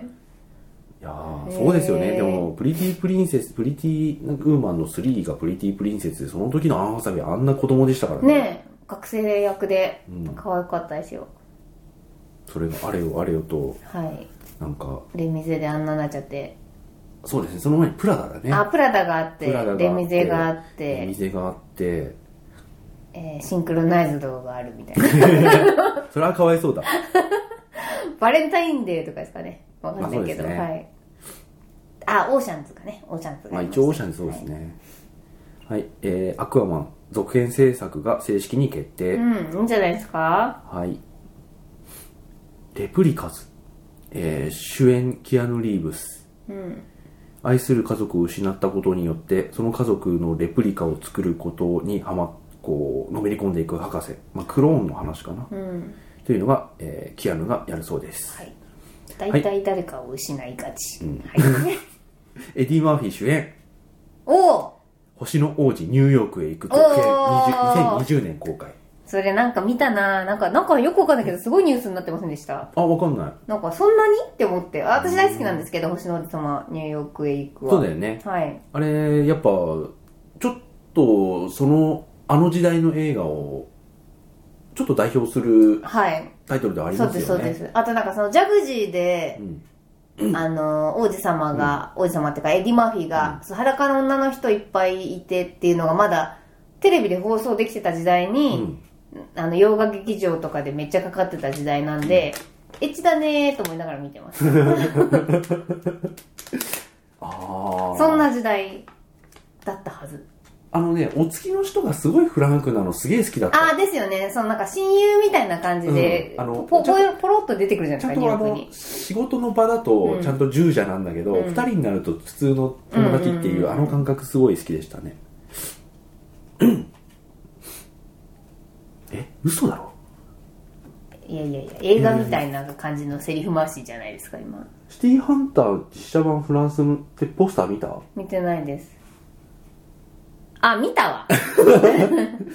A: やーそうですよ
B: へ
A: ね
B: ー
A: でもプリティ・プリンセスプリティ・ウーマンの3がプリティ・プリンセスでその時のアン・ハサウェイあんな子供でしたからね
B: ねえ学生役で可愛かったですよ、
A: それがあれよあれよと
B: はい
A: なんか
B: レミゼであんななっちゃって
A: そうですねその前にプラダだね
B: あプラダがあって
A: プラダがあって
B: レミゼがあっ
A: レミ
B: て、
A: ゼがあって
B: えーシンクロナイズドがあるみたいな
A: それはかわいそうだ
B: バレンタインデーとかですかねわかんないけ
A: ま
B: ど、
A: あそうですね
B: はいあオーシャンズかねオーシャンズが
A: まあ
B: いまし
A: 一
B: た
A: 応オーシャンズそうですねはい、えー、アクアマン続編制作が正式に決定、
B: うんいいんじゃないですか
A: はいレプリカズ、えー、主演キアヌ・リーブス、愛する家族を失ったことによってその家族のレプリカを作ることにはまこうのめり込んでいく博士、まあ、クローンの話かな、というのが、えーキアヌがやるそうです、
B: はい。大体誰かを失いがち。はい。
A: エディ・マーフィー主演
B: おお
A: 星の王子ニューヨークへ行く続編
B: おー
A: 20 2020年公開
B: それなんか見たななんか、なんかよくわかんないけど、すごいニュースになってませんでした。
A: あわかんない
B: なんか、そんなにって思って。あ私大好きなんですけど、星の王子様、ニューヨークへ行くわ。
A: そうだよね
B: はい。
A: あれやっぱちょっとそのあの時代の映画をちょっと代表する
B: はい。
A: タイトルではあり
B: そ
A: ま
B: う
A: す
B: で
A: よね
B: す、そうです。あとなんかその、ジャグジーで、あの、王子様が、王子様っていうか、エディ・マーフィーが、そう裸の女の人いっぱいいてっていうのがまだ、テレビで放送できてた時代
A: う
B: に、
A: ん
B: あの洋画劇場とかでめっちゃかかってた時代なんで、エッチだねーと思いながら見てます。
A: あ あ
B: そんな時代だったはず。
A: あのねお月の人がすごいフランクなのすげえ好きだった
B: ああ、ですよね。そのなんか親友みたいな感じで、
A: うんあの
B: ポポロポロっと出てくるじゃ
A: ち
B: な
A: ゃ
B: い
A: ん
B: ですか、
A: とあ
B: ニューヨーク
A: の
B: に。
A: 仕事の場だと
B: うん
A: ちゃんと従者なんだけど、
B: うん
A: 二人になると普通の友達ってい
B: うんうん
A: う
B: うんう
A: んあの感覚すごい好きでしたね、え嘘だろ
B: いやいやいや、映画みたいな感じのセリフ回しじゃないですか、今。
A: シティーハンター実写版フランスのってポスター見た
B: 見てないです。あ、見 たわ。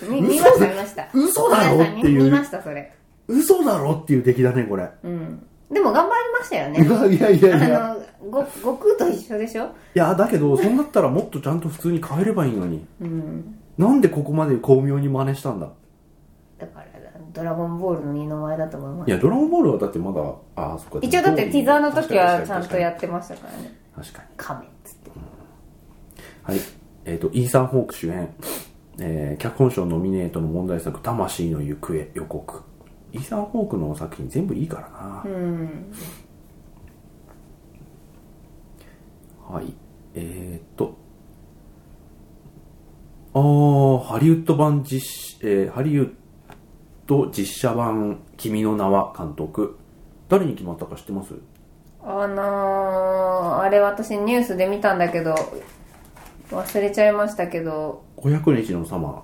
B: み見ました、見ました。
A: 嘘だろ
B: 皆さん見
A: っていう
B: 見ました、それ。
A: 嘘だろっていう出来だねこれ、
B: うん。でも頑張りましたよね。
A: いやいやいやいや
B: あの、ご、悟空と一緒でしょ
A: いやだけどそんだったらもっとちゃんと普通に変えればいいのに
B: うん。
A: なんでここまで巧妙に真似したんだ
B: だから、ドラゴンボールの二の舞だと思いま
A: い
B: す。
A: やドラゴンボールはだってまだああそっか
B: 一応だってティザーの時はちゃんとや
A: っ
B: ってましたからね。
A: 確かに
B: カメっつって。
A: はい。えっ、と、イーサン・ホーク主演、えー脚本賞ノミネートの問題作、魂の行方予告。イーサン・ホークの作品全部いいからな。
B: うん。
A: はい。えっ、と、あー、ハリウッド版実写、えーハリウッド実写版、君の名は監督。誰に決まったか知ってます
B: あのー、あれ私ニュースで見たんだけど、忘れちゃいましたけど、
A: ?500 日のサマ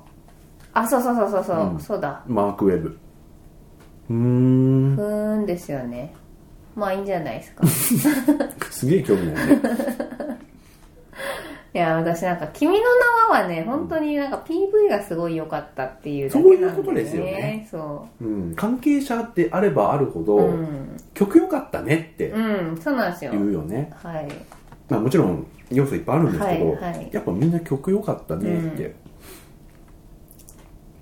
B: あ、そうそうそうそうそう、
A: うん
B: そうだ。
A: ー、マーク・ウェブ。うーん
B: ふ、ーんですよね。まあいいんじゃないですか。
A: すげえ興味ないね。
B: いや、私なんか、君の名ははね、本当になんか PV がすごい良かったっていうだけなんで、ね。
A: そういうことですよね。
B: そ
A: うん、関係者であればあるほど、
B: う。うん。
A: 曲良かったねって
B: うん、そうなんですよ。
A: 言うよね、
B: はい。
A: まあ、もちろん要素いっぱいあるんですけど、
B: はいはい
A: やっぱみんな曲良かったねって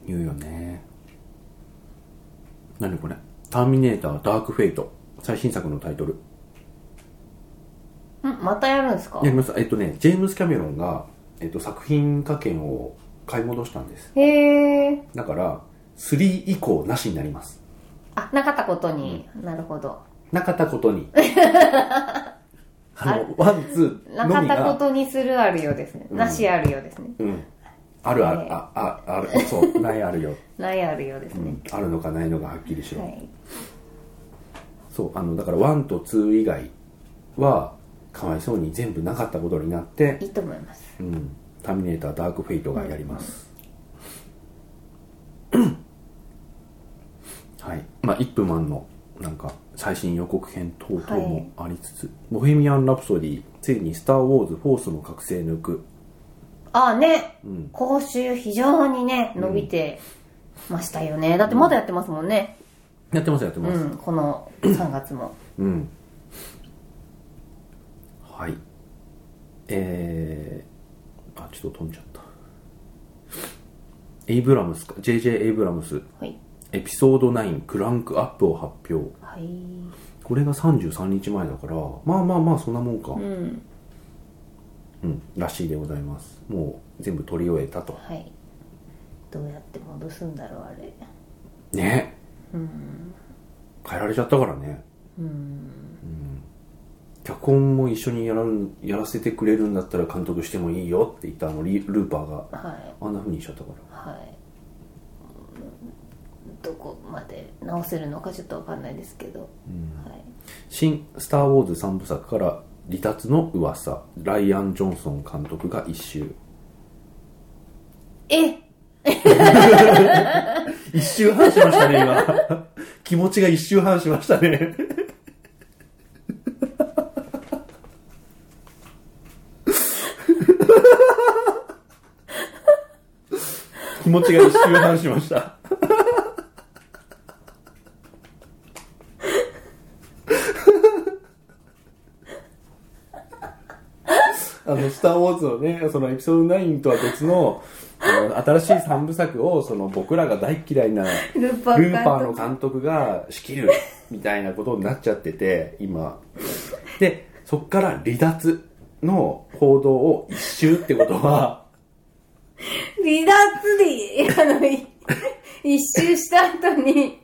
A: 言うよね、何これ「ターミネーターダークフェイト」最新作のタイトル
B: んまたやるんですか
A: やりますえっとねジェームス・キャメロンが、えっと、作品化権を買い戻したんです
B: へえ。
A: だから3以降なしになります
B: あ、なかったことに。なるほど。
A: なかったこと にあのワンツー
B: な
A: の
B: かっ
A: み
B: た
A: が
B: ことにするあるようですね。
A: うん
B: なしあるようですね。
A: うん。あるある、
B: ね
A: あ、あ、あ る、そう、ないあるよ。
B: ないあるようです
A: う
B: ね
A: ん。あるのかないのかはっきりしろ。
B: はい。
A: そう、あの、だから1と2以外は、かわいそうに全部なかったことになって、
B: いいと思います。
A: うん。ターミネーターダークフェイトがやります。はい。まあ、イップマンの、なんか、最新予告編等々もありつつ、ボヘミアン・ラプソディ、ついにスター・ウォーズ・フォースの覚醒抜く。
B: あ、ね。
A: うん。
B: 講習非常にね、伸びてましたよね。だってまだやってますもんね。
A: やってます、やって
B: う
A: ます。
B: ん、この3月も。
A: うん。はい。えー、あ、ちょっと飛んじゃった。エイブラムスか、JJ エイブラムス、
B: はい。
A: エピソード9、クランクアップを発表。
B: はい。
A: これが33日前だから、まあまあまあ、そんなもんか。
B: うん。
A: うん、らしいでございます。もう全部取り終えたと。
B: はい。どうやって戻すんだろう、あれ。
A: ね。変えられちゃったからね。うん脚本も一緒にやらんやらせてくれるんだったら監督してもいいよって言ったあのリルーパーが
B: はい。
A: あんな風にしちゃったから
B: はい。どこまで直せるのかちょっとわかんないですけど。はい。
A: 新「スター・ウォーズ」3部作から離脱の噂ライアン・ジョンソン監督が一周
B: え
A: 一周半しましたね今気持ちが一周半しましたね気持ちが一周半しましたあの、スター・ウォーズのね、そのエピソード9とは別の、あの新しい3部作を、その僕らが大嫌いな、
B: ルーパー
A: ル
B: 監督
A: ーパーの監督が仕切る、みたいなことになっちゃってて、今。で、そっから離脱の報道を一周ってことは、
B: 離脱で、あの、い 一周した後に、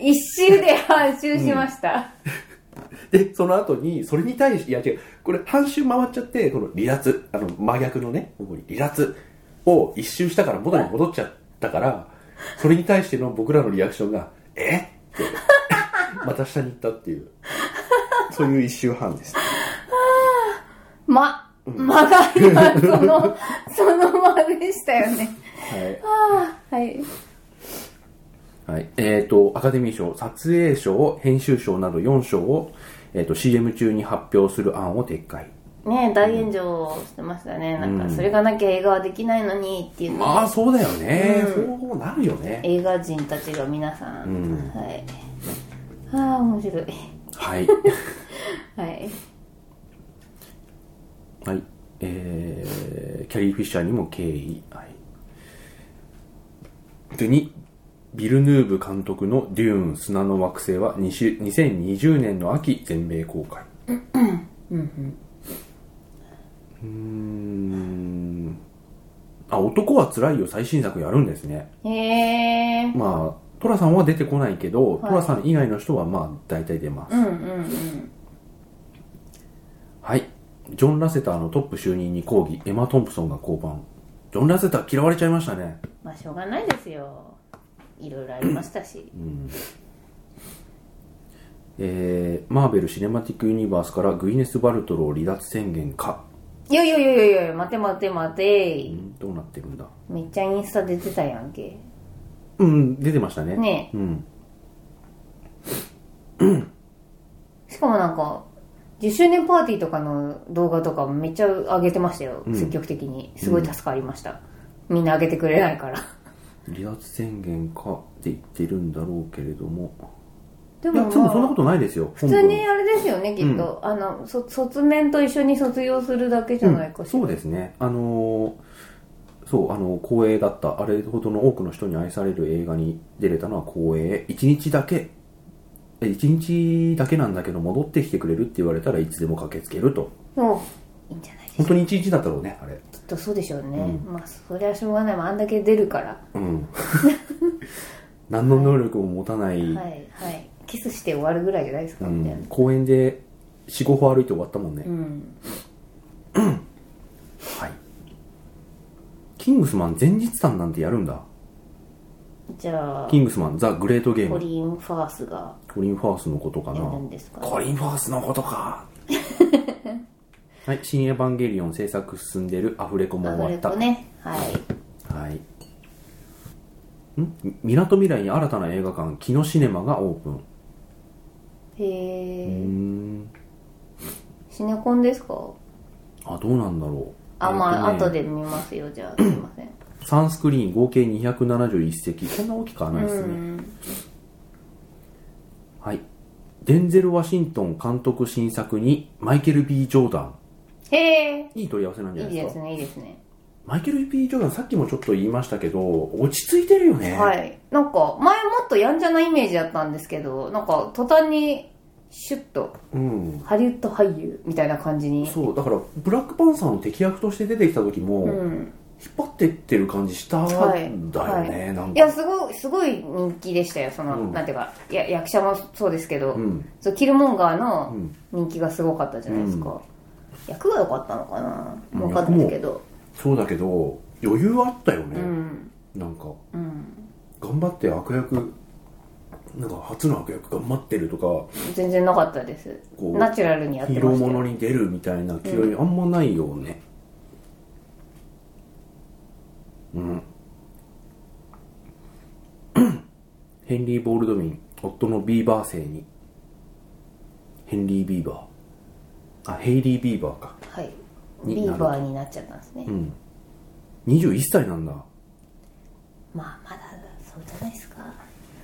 B: 一周で半周しました。
A: で、その後に、それに対し、いや違う、これ半周回っちゃって、この離脱、あの、真逆のね、ここに離脱を一周したから元に戻っちゃったから、それに対しての僕らのリアクションが、えって、 また下に行ったっていう、そういう一周半です。
B: ま、間が今、その、その間でしたよね。
A: はい。
B: ああ、はい。
A: はい。えっ、と、アカデミー賞、撮影賞、編集賞など4賞を、えっ、と、CM 中に発表する案を撤回。
B: ね大炎上してましたね。なんか、それがなきゃ映画はできないのにっていうの
A: まあ、そうだよね。そうなるよね。
B: 映画人たちが皆さん、
A: うん
B: はい。ああ、面白い。
A: はい。
B: はい。
A: はい。えー、キャリー・フィッシャーにも敬意。はい。で、2、ビルヌーブ監督のデューン砂の惑星はにし2020年の秋全米公開。うーん。あ、男は辛いよ最新作やるんですね。
B: へえ。
A: まあ、トラさんは出てこないけど、トラさん以外の人はまあ大体出ます。
B: うんうん
A: はい。ジョン・ラセターのトップ就任に抗議、エマ・トンプソンが降板。ジョン・ラセター嫌われちゃいましたね。
B: まあしょうがないですよいろいろありましたし、
A: えー、マーベル・シネマティック・ユニバースからグイネス・バルトロー離脱宣言か。
B: いやいやいやいやいや待て待て待て、
A: うんどうなってるんだ
B: めっちゃインスタ出てたやんけ
A: うん、出てましたね。
B: ね
A: うん。
B: しかもなんか10周年パーティーとかの動画とかめっちゃ上げてましたよ、積極的にすごい助かりました、みんな上げてくれないから
A: 離脱宣言かって言ってるんだろうけれども。
B: で
A: いや、
B: も、
A: でもそんな
B: ま
A: こ
B: あ、
A: とないですよ。
B: 普通にあれですよねきっと、あのそ卒面と一緒に卒業するだけじゃないかしら、
A: そうですね。あのーそう、あの、光栄だった。あれほどの多くの人に愛される映画に出れたのは光栄。一日だけ、え一日だけなんだけど、戻ってきてくれるって言われたらいつでも駆けつけると。
B: もういいんじゃないですか
A: 本当に一日だったろうね、あれ。
B: きっとそうでしょうね、まあそりゃしょうがないもんあんだけ出るから
A: うん。何の能力も持たない、
B: はいはいキスして終わるぐらいじゃないですか
A: う、
B: みたいなん
A: 公園で4、5歩歩いて終わったもんね。
B: うん
A: はい。キングスマン前日談なんてやるんだ。
B: じゃあ
A: キングスマン、ザ・グレート・ゲー
B: コ
A: ム。
B: リン・ファースが
A: コリン・ファースのことかな。
B: やるんですか
A: コリン・ファースのこと かはい「新エヴァンゲリオン」制作進んでるアフレコも
B: アフ
A: 終わ
B: レ
A: った
B: コねはい
A: はいんみなとみらいに新たな映画館キノシネマがオープン
B: へ
A: うー
B: え
A: ん
B: シネコンですか
A: あどうなんだろう
B: あまあ
A: えーと
B: 後
A: ね
B: で見ますよじゃあすいません
A: サンスクリーン合計271席そんな大きくはないうですね、
B: ん
A: はいデンゼル・ワシントン監督新作にマイケル・ B ・ジョーダン
B: へえ
A: いい問い合わせなんじ
B: い
A: ゃ
B: い
A: ないですか
B: ですねいいですね
A: マイケル・ B ・ジョーダンさっきもちょっと言いましたけど落ち着いてるよね
B: はいなんか前もっとやんじゃなイメージだったんですけどなんか途端にシュッと
A: うん
B: ハリウッド俳優みたいな感じに
A: そうだからブラックパンサーの敵役として出てきた時も、
B: うん
A: 引っ張ってってる感じしたんだよね、
B: はい
A: なん
B: い
A: か
B: やすごいすごい人気でしたよその、
A: うん
B: なんていうかや役者もそうですけど、
A: うん
B: そうキルモンガー
A: う
B: の
A: ん
B: 人気がすごかったじゃないですか、役が良かったのかな
A: うん
B: 分かんないですけど
A: そうだけど余裕あったよ
B: う
A: ね、
B: ん
A: なんか
B: うん
A: 頑張って悪役なんか初の悪役頑張ってるとか
B: 全然なかったです
A: こう
B: ナチュラルにやっ
A: ヒ
B: て
A: ー
B: ま
A: ロー
B: した
A: も
B: よ
A: のに出るみたいな気負いあんまないよねうん、 ヘンリー・ボールドウィン夫のビーバー姓にヘンリー・ビーバーあヘイリー・ビーバーか
B: はい
A: に
B: ビーバーになっちゃったんですね、
A: うん21歳なんだ
B: まあまだそうじゃないですか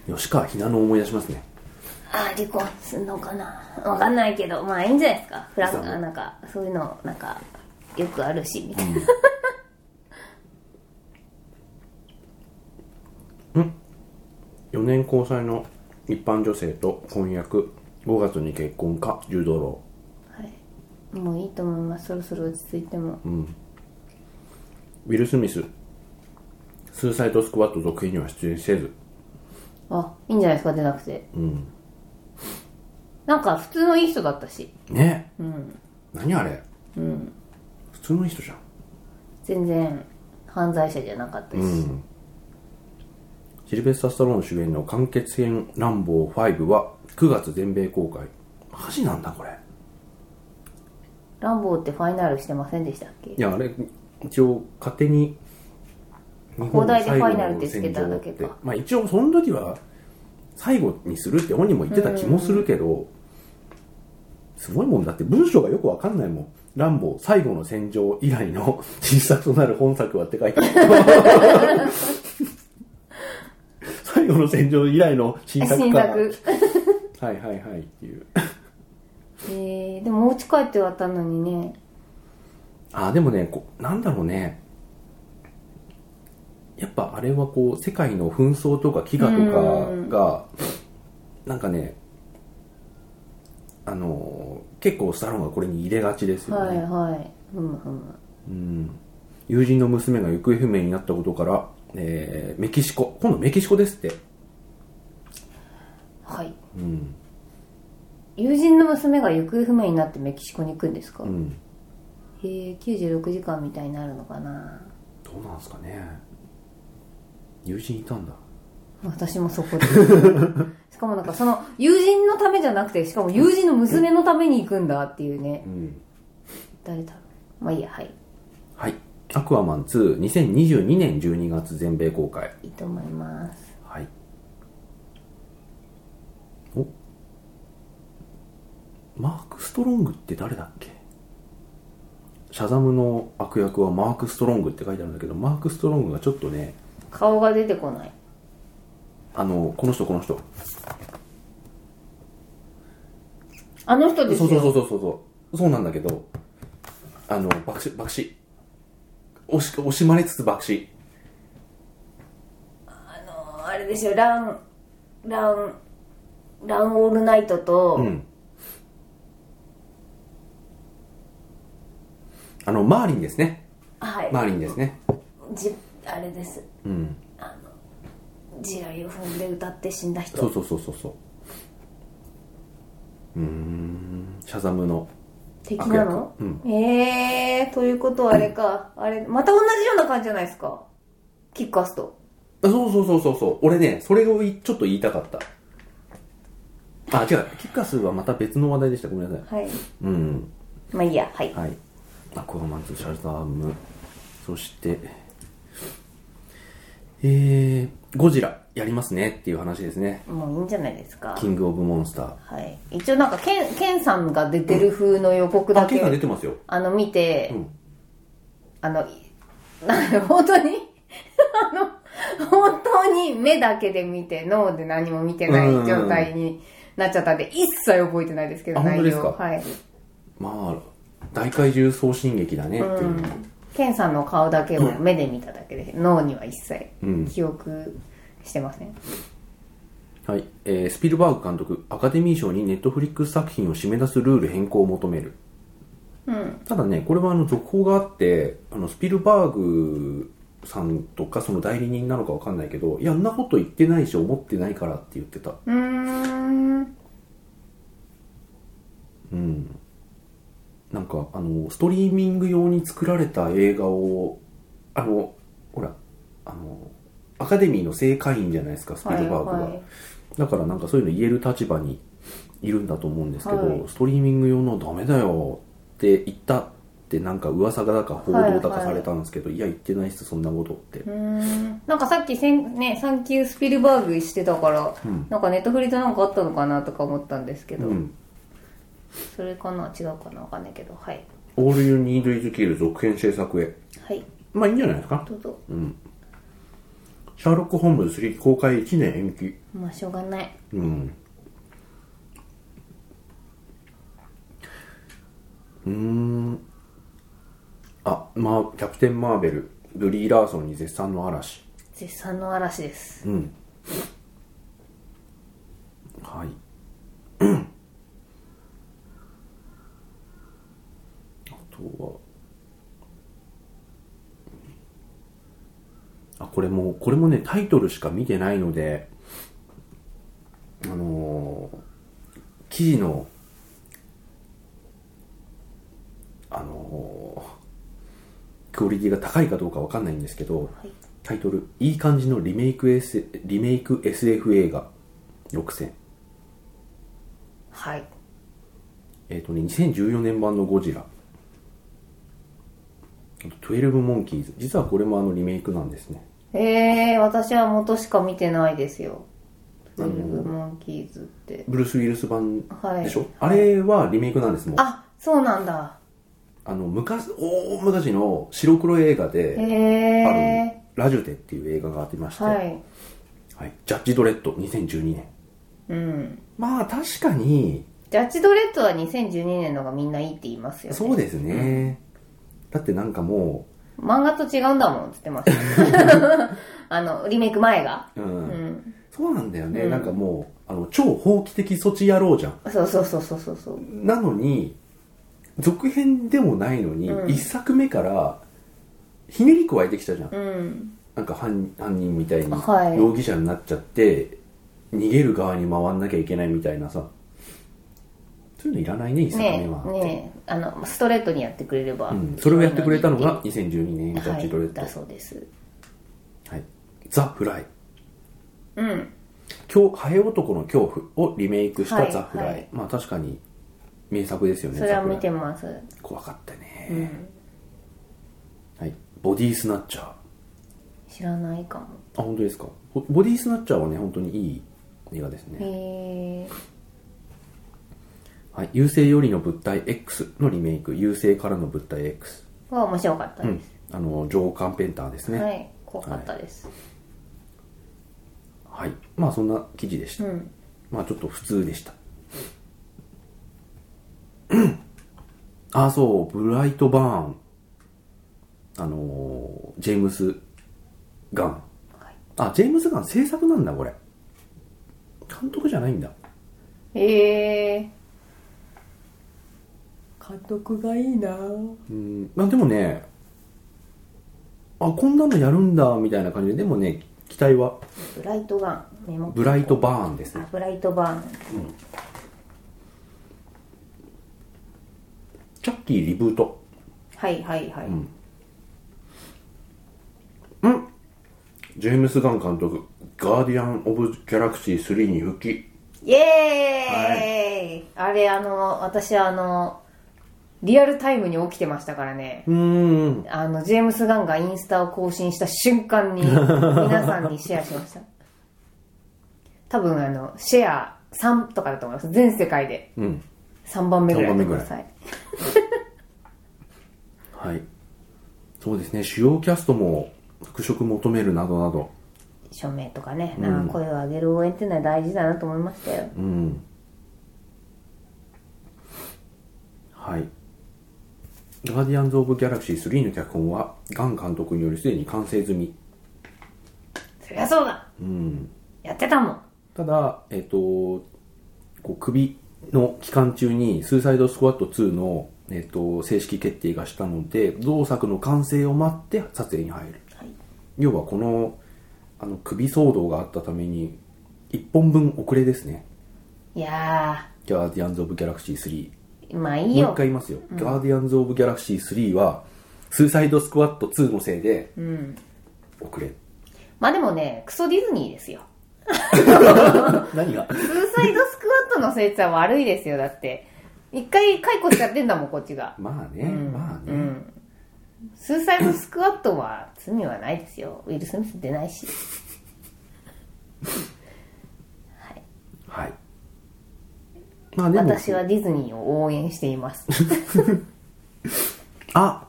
A: 吉川ひなのを思い出しますね
B: ああ離婚すんのかな分かんないけどまあいいんじゃないですかフラン
A: そう
B: なんかそういうのなんかよくあるしみたいな、
A: 4年交際の一般女性と婚約5月に結婚か柔道郎
B: はい、もういいと思いますそろそろ落ち着いても
A: ウィル・スミススーサイドスクワット続編には出演せず、
B: あいいんじゃないですか出なくて
A: うん、
B: なんか普通のいい人だったし
A: ね
B: うん
A: 何あれ
B: うん
A: 普通の人じゃん
B: 全然犯罪者じゃなかったし、
A: うんシルベスタ・スタローン主演の完結編「ランボー5」は9月全米公開マジなんだこれ
B: ランボーってファイナルしてませんでしたっけ
A: いやあれ一応勝手に日
B: 放題でファイナル
A: の
B: ってつけただけか
A: 戦場ってまあ一応その時は最後にするって本人も言ってた気もするけどすごいもんだって文章がよくわかんないもん「ランボー最後の戦場」以来の 新作となる本作はって書いてある 最後の戦場以来の新作
B: 新
A: か
B: 作
A: はいはいはいっていう
B: えー、でもお家帰って終わったのにね
A: あでもねこなんだろうねやっぱあれはこう世界の紛争とか飢餓とかがなんかねあのー結構スタローンがこれに入れがちですよね、
B: はいはいふむふむ
A: うん、友人の娘が行方不明になったことから、えーメキシコ今度メキシコですって、
B: はい
A: うん
B: 友人の娘が行方不明になってメキシコに行くんですか、
A: うん、
B: へえ96時間みたいになるのかな
A: どうなんですかね友人いたんだ
B: 私もそ こでしかもなんかその友人のためじゃなくてしかも友人の娘のために行くんだっていうね
A: うん
B: 誰だろうまあいいやはい
A: はい「アクアマン2」2022年12月全米公開
B: いいと思います
A: はい。おマーク・ストロングって誰だっけシャザムの悪役はマーク・ストロングって書いてあるんだけど、マーク・ストロングがちょっとね、
B: 顔が出てこない
A: あの、この人、この人。
B: あの人です
A: そう
B: よ
A: そうそうそうそう。そうなんだけど、あの、爆死、爆死。惜し、惜しまれつつ爆死。
B: あのーあれですよランランランオールナイトと、
A: うん。あの、マーリンですね。
B: はい、
A: マーリンですね。
B: じあれです
A: うん。
B: 地雷を踏んで歌って死んだ人
A: そうそうそうそうそううーんシャザムの
B: 敵なの、
A: 悪役
B: ええー、ということはあれか、あれまた同じような感じじゃないですかキックアスと
A: あそうそうそうそうそう俺ねそれをいちょっと言いたかったあ違うキッカスはまた別の話題でしたごめんなさい
B: はい
A: うん
B: まあいいやはい
A: はいアクアマンズシャザムそしてえー、ゴジラやりますねっていう話ですね
B: もういいんじゃないですか
A: キングオブモンスター
B: はい一応なんかケンケンさんが出てる風の予告だ
A: あ
B: け、
A: 結果出てますよ
B: あの見て、
A: うん
B: あのい なんか本当にあの本当に目だけで見て脳で何も見てない状態になっちゃったんで一切覚えてないですけど
A: あ本当ですか
B: はい
A: まあ大怪獣送信劇だねっていう、
B: ケンさんの顔だけを目で見ただけで、脳には一切
A: うん
B: 記憶してません、
A: はい、えースピルバーグ監督アカデミー賞にネットフリックス作品を締め出すルール変更を求める、ただねこれはあの続報があってあのスピルバーグさんとかその代理人なのかわかんないけどいやんなこと言ってないし思ってないからって言ってた
B: うーん
A: なんかあのストリーミング用に作られた映画をあのほらあのアカデミーの正会員じゃないですかスピルバーグは、
B: はいはい
A: だからなんかそういうの言える立場にいるんだと思うんですけど、
B: はい
A: ストリーミング用のダメだよって言ったってなんか噂がだか報道だかされたんですけど、いや言ってないっすそんなことって、
B: うーんなんかさっきせん、ね、サンキュースピルバーグしてたから、
A: ん
B: なんかネットフリでなんかあったのかなとか思ったんですけど、
A: うん
B: それかな違うかなわかんないけどはい
A: オールユニードイズキル続編制作へ
B: はい
A: まあいいんじゃないですか
B: どうぞ
A: シャーロック・ホームズ3公開1年延期
B: まあしょうがない
A: うんうーんあまあキャプテン・マーベルブリー・ラーソンに絶賛の嵐
B: 絶賛の嵐です
A: うんはいあとはあこれもこれもねタイトルしか見てないのであのー記事のあのークオリティが高いかどうかわかんないんですけど、
B: い
A: タイトル「いい感じのリメイク、S、リメイク SF 映画6選」
B: はい
A: えっ、とね、2014年版のゴジラ。あと12モンキーズ。実はこれもあのリメイクなんですね。
B: えー、私は元しか見てないですよトゥルブモンキーズって
A: ブルース・ウィルス版
B: はい
A: でしょ、あれはリメイクなんですもん。あ
B: あそうなんだ
A: の、昔、大昔の白黒映画
B: へ
A: で、あ
B: え
A: るラジュテっていう映画がありまして、
B: ー、はい
A: はいジャッジ・ドレッド2012年。
B: うん
A: まあ確かに、
B: ジャッジドレッドは2012年のがみんないいって言いますよ、ね、
A: そうですね。だってなんかも
B: 漫画と違うんだもんって言ってます あのリメイク前が
A: う、う、
B: うんん
A: そうなんだよね。なんかもう、あの、超法規的措置野郎じゃん。
B: そうそうそうそうそうそう
A: なのに続編でもないのに、一
B: うん
A: 作目からひねり加えてきたじゃん、
B: うん
A: なんか犯犯人みたいに
B: はい
A: 容疑者になっちゃって、逃げる側に回んなきゃいけないみたいなさそういうのいらないね一作目
B: ね
A: は、
B: えねえあのストレートにやってくれれば、
A: うん、それをやってくれたのが2012年ジャッジ・ドレッド、
B: は
A: は
B: い、だそうです
A: いザ・フライ
B: うん
A: 今日ハエ男の恐怖をリメイクし
B: は
A: た
B: い
A: ザ・フライ、
B: はい
A: まあ確かに名作ですよね
B: それは
A: ザフライ
B: 見てます
A: 怖かったね、はい、ボディースナッチャーあ
B: 知らないかも
A: 本当ですかボボディースナッチャーはね本当にいい映画です
B: へ
A: ね、
B: え
A: はい、優勢よりの物体 X のリメイク優勢からの物体 X、
B: は面白かった
A: うん
B: です、、
A: あのジョー・カンペンターですね
B: は
A: はい、
B: い怖かったです、
A: まあそんな記事でした、
B: うん
A: まあちょっと普通でした、ああそうブライト・バーンあのージェームス・ガン
B: はい
A: あジェームズ・ガン制作なんだこれ監督じゃないんだ
B: ええ監督がいいな
A: うんまあでもねあこんなのやるんだみたいな感じででもね期待は
B: ブライトガンメモ
A: ブライト・バーンですね
B: あブライトバーン
A: チャッキーリブート
B: はいはいはい、
A: ジェームス・ガン監督「ガーディアン・オブ・ギャラクシー3」に復帰
B: イエーイ、あれあの私あのリアルタイムに起きてましたからね
A: うーん
B: あのジェームス・ガンがインスタを更新した瞬間に皆さんにシェアしました多分あのシェア3とかだと思います全世界で
A: うん
B: 3番目ぐらい
A: 三
B: や
A: 番目
B: って
A: ぐ
B: く
A: らい
B: ださい
A: はいそうですね主要キャストも復職求めるなどなど
B: 署名とかね、なんか声を上げる応援っていうのは大事だなと思いましたよ、
A: うんはい「ガーディアンズ・オブ・ギャラクシー3」の脚本はガン監督によりすでに完成済み
B: そりゃそうだ
A: うん
B: やってたもん
A: ただえっ、とこう首の期間中に「スーサイド・スクワット2の」えっと正式決定がしたので同作の完成を待って撮影に入る
B: はい
A: 要はこのあの首騒動があったために1本分遅れですね
B: いや
A: 「ガーディアンズ・オブ・ギャラクシー3」
B: ーまあいい
A: もう一
B: よ
A: 回言いますよ、ガーディアンズ・オブ・ギャラクシー3は、スーサイド・スクワット2のせいで、
B: うん
A: 遅 れ。
B: まあでもねクソディズニーですよ
A: 何が
B: ツーサイドスクワットの成長は悪いですよだって一回解雇しちゃってんだもんこっちが
A: まあね、まあね、
B: うんスーサイドスクワットは罪はないですよウィル・スミス出ないし
A: はい。まあでも、
B: 私はディズニーを応援してい ます
A: あ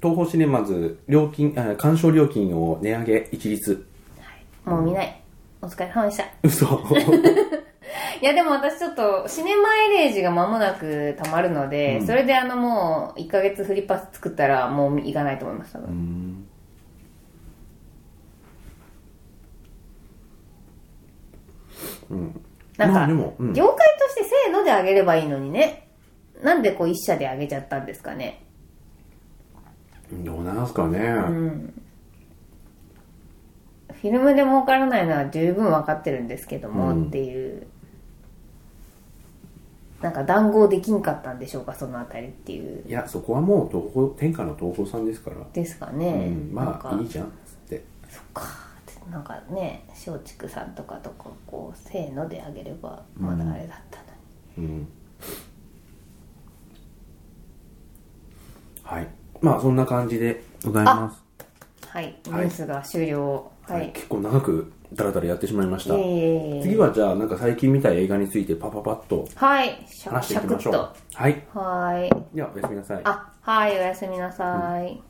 A: 東宝シネマズ、料金、あ鑑賞料金を値上げ一律。
B: もう見ないお疲れ様でした
A: 嘘。
B: いやでも私ちょっとシネマイレージが間もなくたまるので、それであのもう1ヶ月フリパス作ったらもう行かないと思います多分、なん
A: まあ
B: か、
A: でもうん
B: 業界としてせーのであげればいいのにねなんでこう一社であげちゃったんですかね
A: どうなんすかね。
B: うんフィルムで儲からないのは十分分かってるんですけども、
A: うん
B: っていうなんか談合できんかったんでしょうかそのあたりっていう
A: いやそこはもう東宝天下の東宝さんですから、
B: ですか
A: う
B: ね、
A: ん、
B: なん
A: ま
B: か
A: あいいじゃんっつって
B: そっかってなんかね松竹さんとかとかこうせーのであげればまだあれだったのに、
A: うんはいまあそんな感じでございます
B: はいニ
A: はい
B: ュースが終了は
A: はい
B: い、
A: 結構長くだらだらやってしまいました、
B: いえいえいえ
A: 次はじゃあなんか最近見た映画についてパパパッと
B: はいシャ
A: 話してい
B: シャ
A: き
B: ク
A: ましょ
B: ッ
A: う
B: と
A: はい
B: はーい
A: ではおやすみなさい
B: あはいおやすみなさい、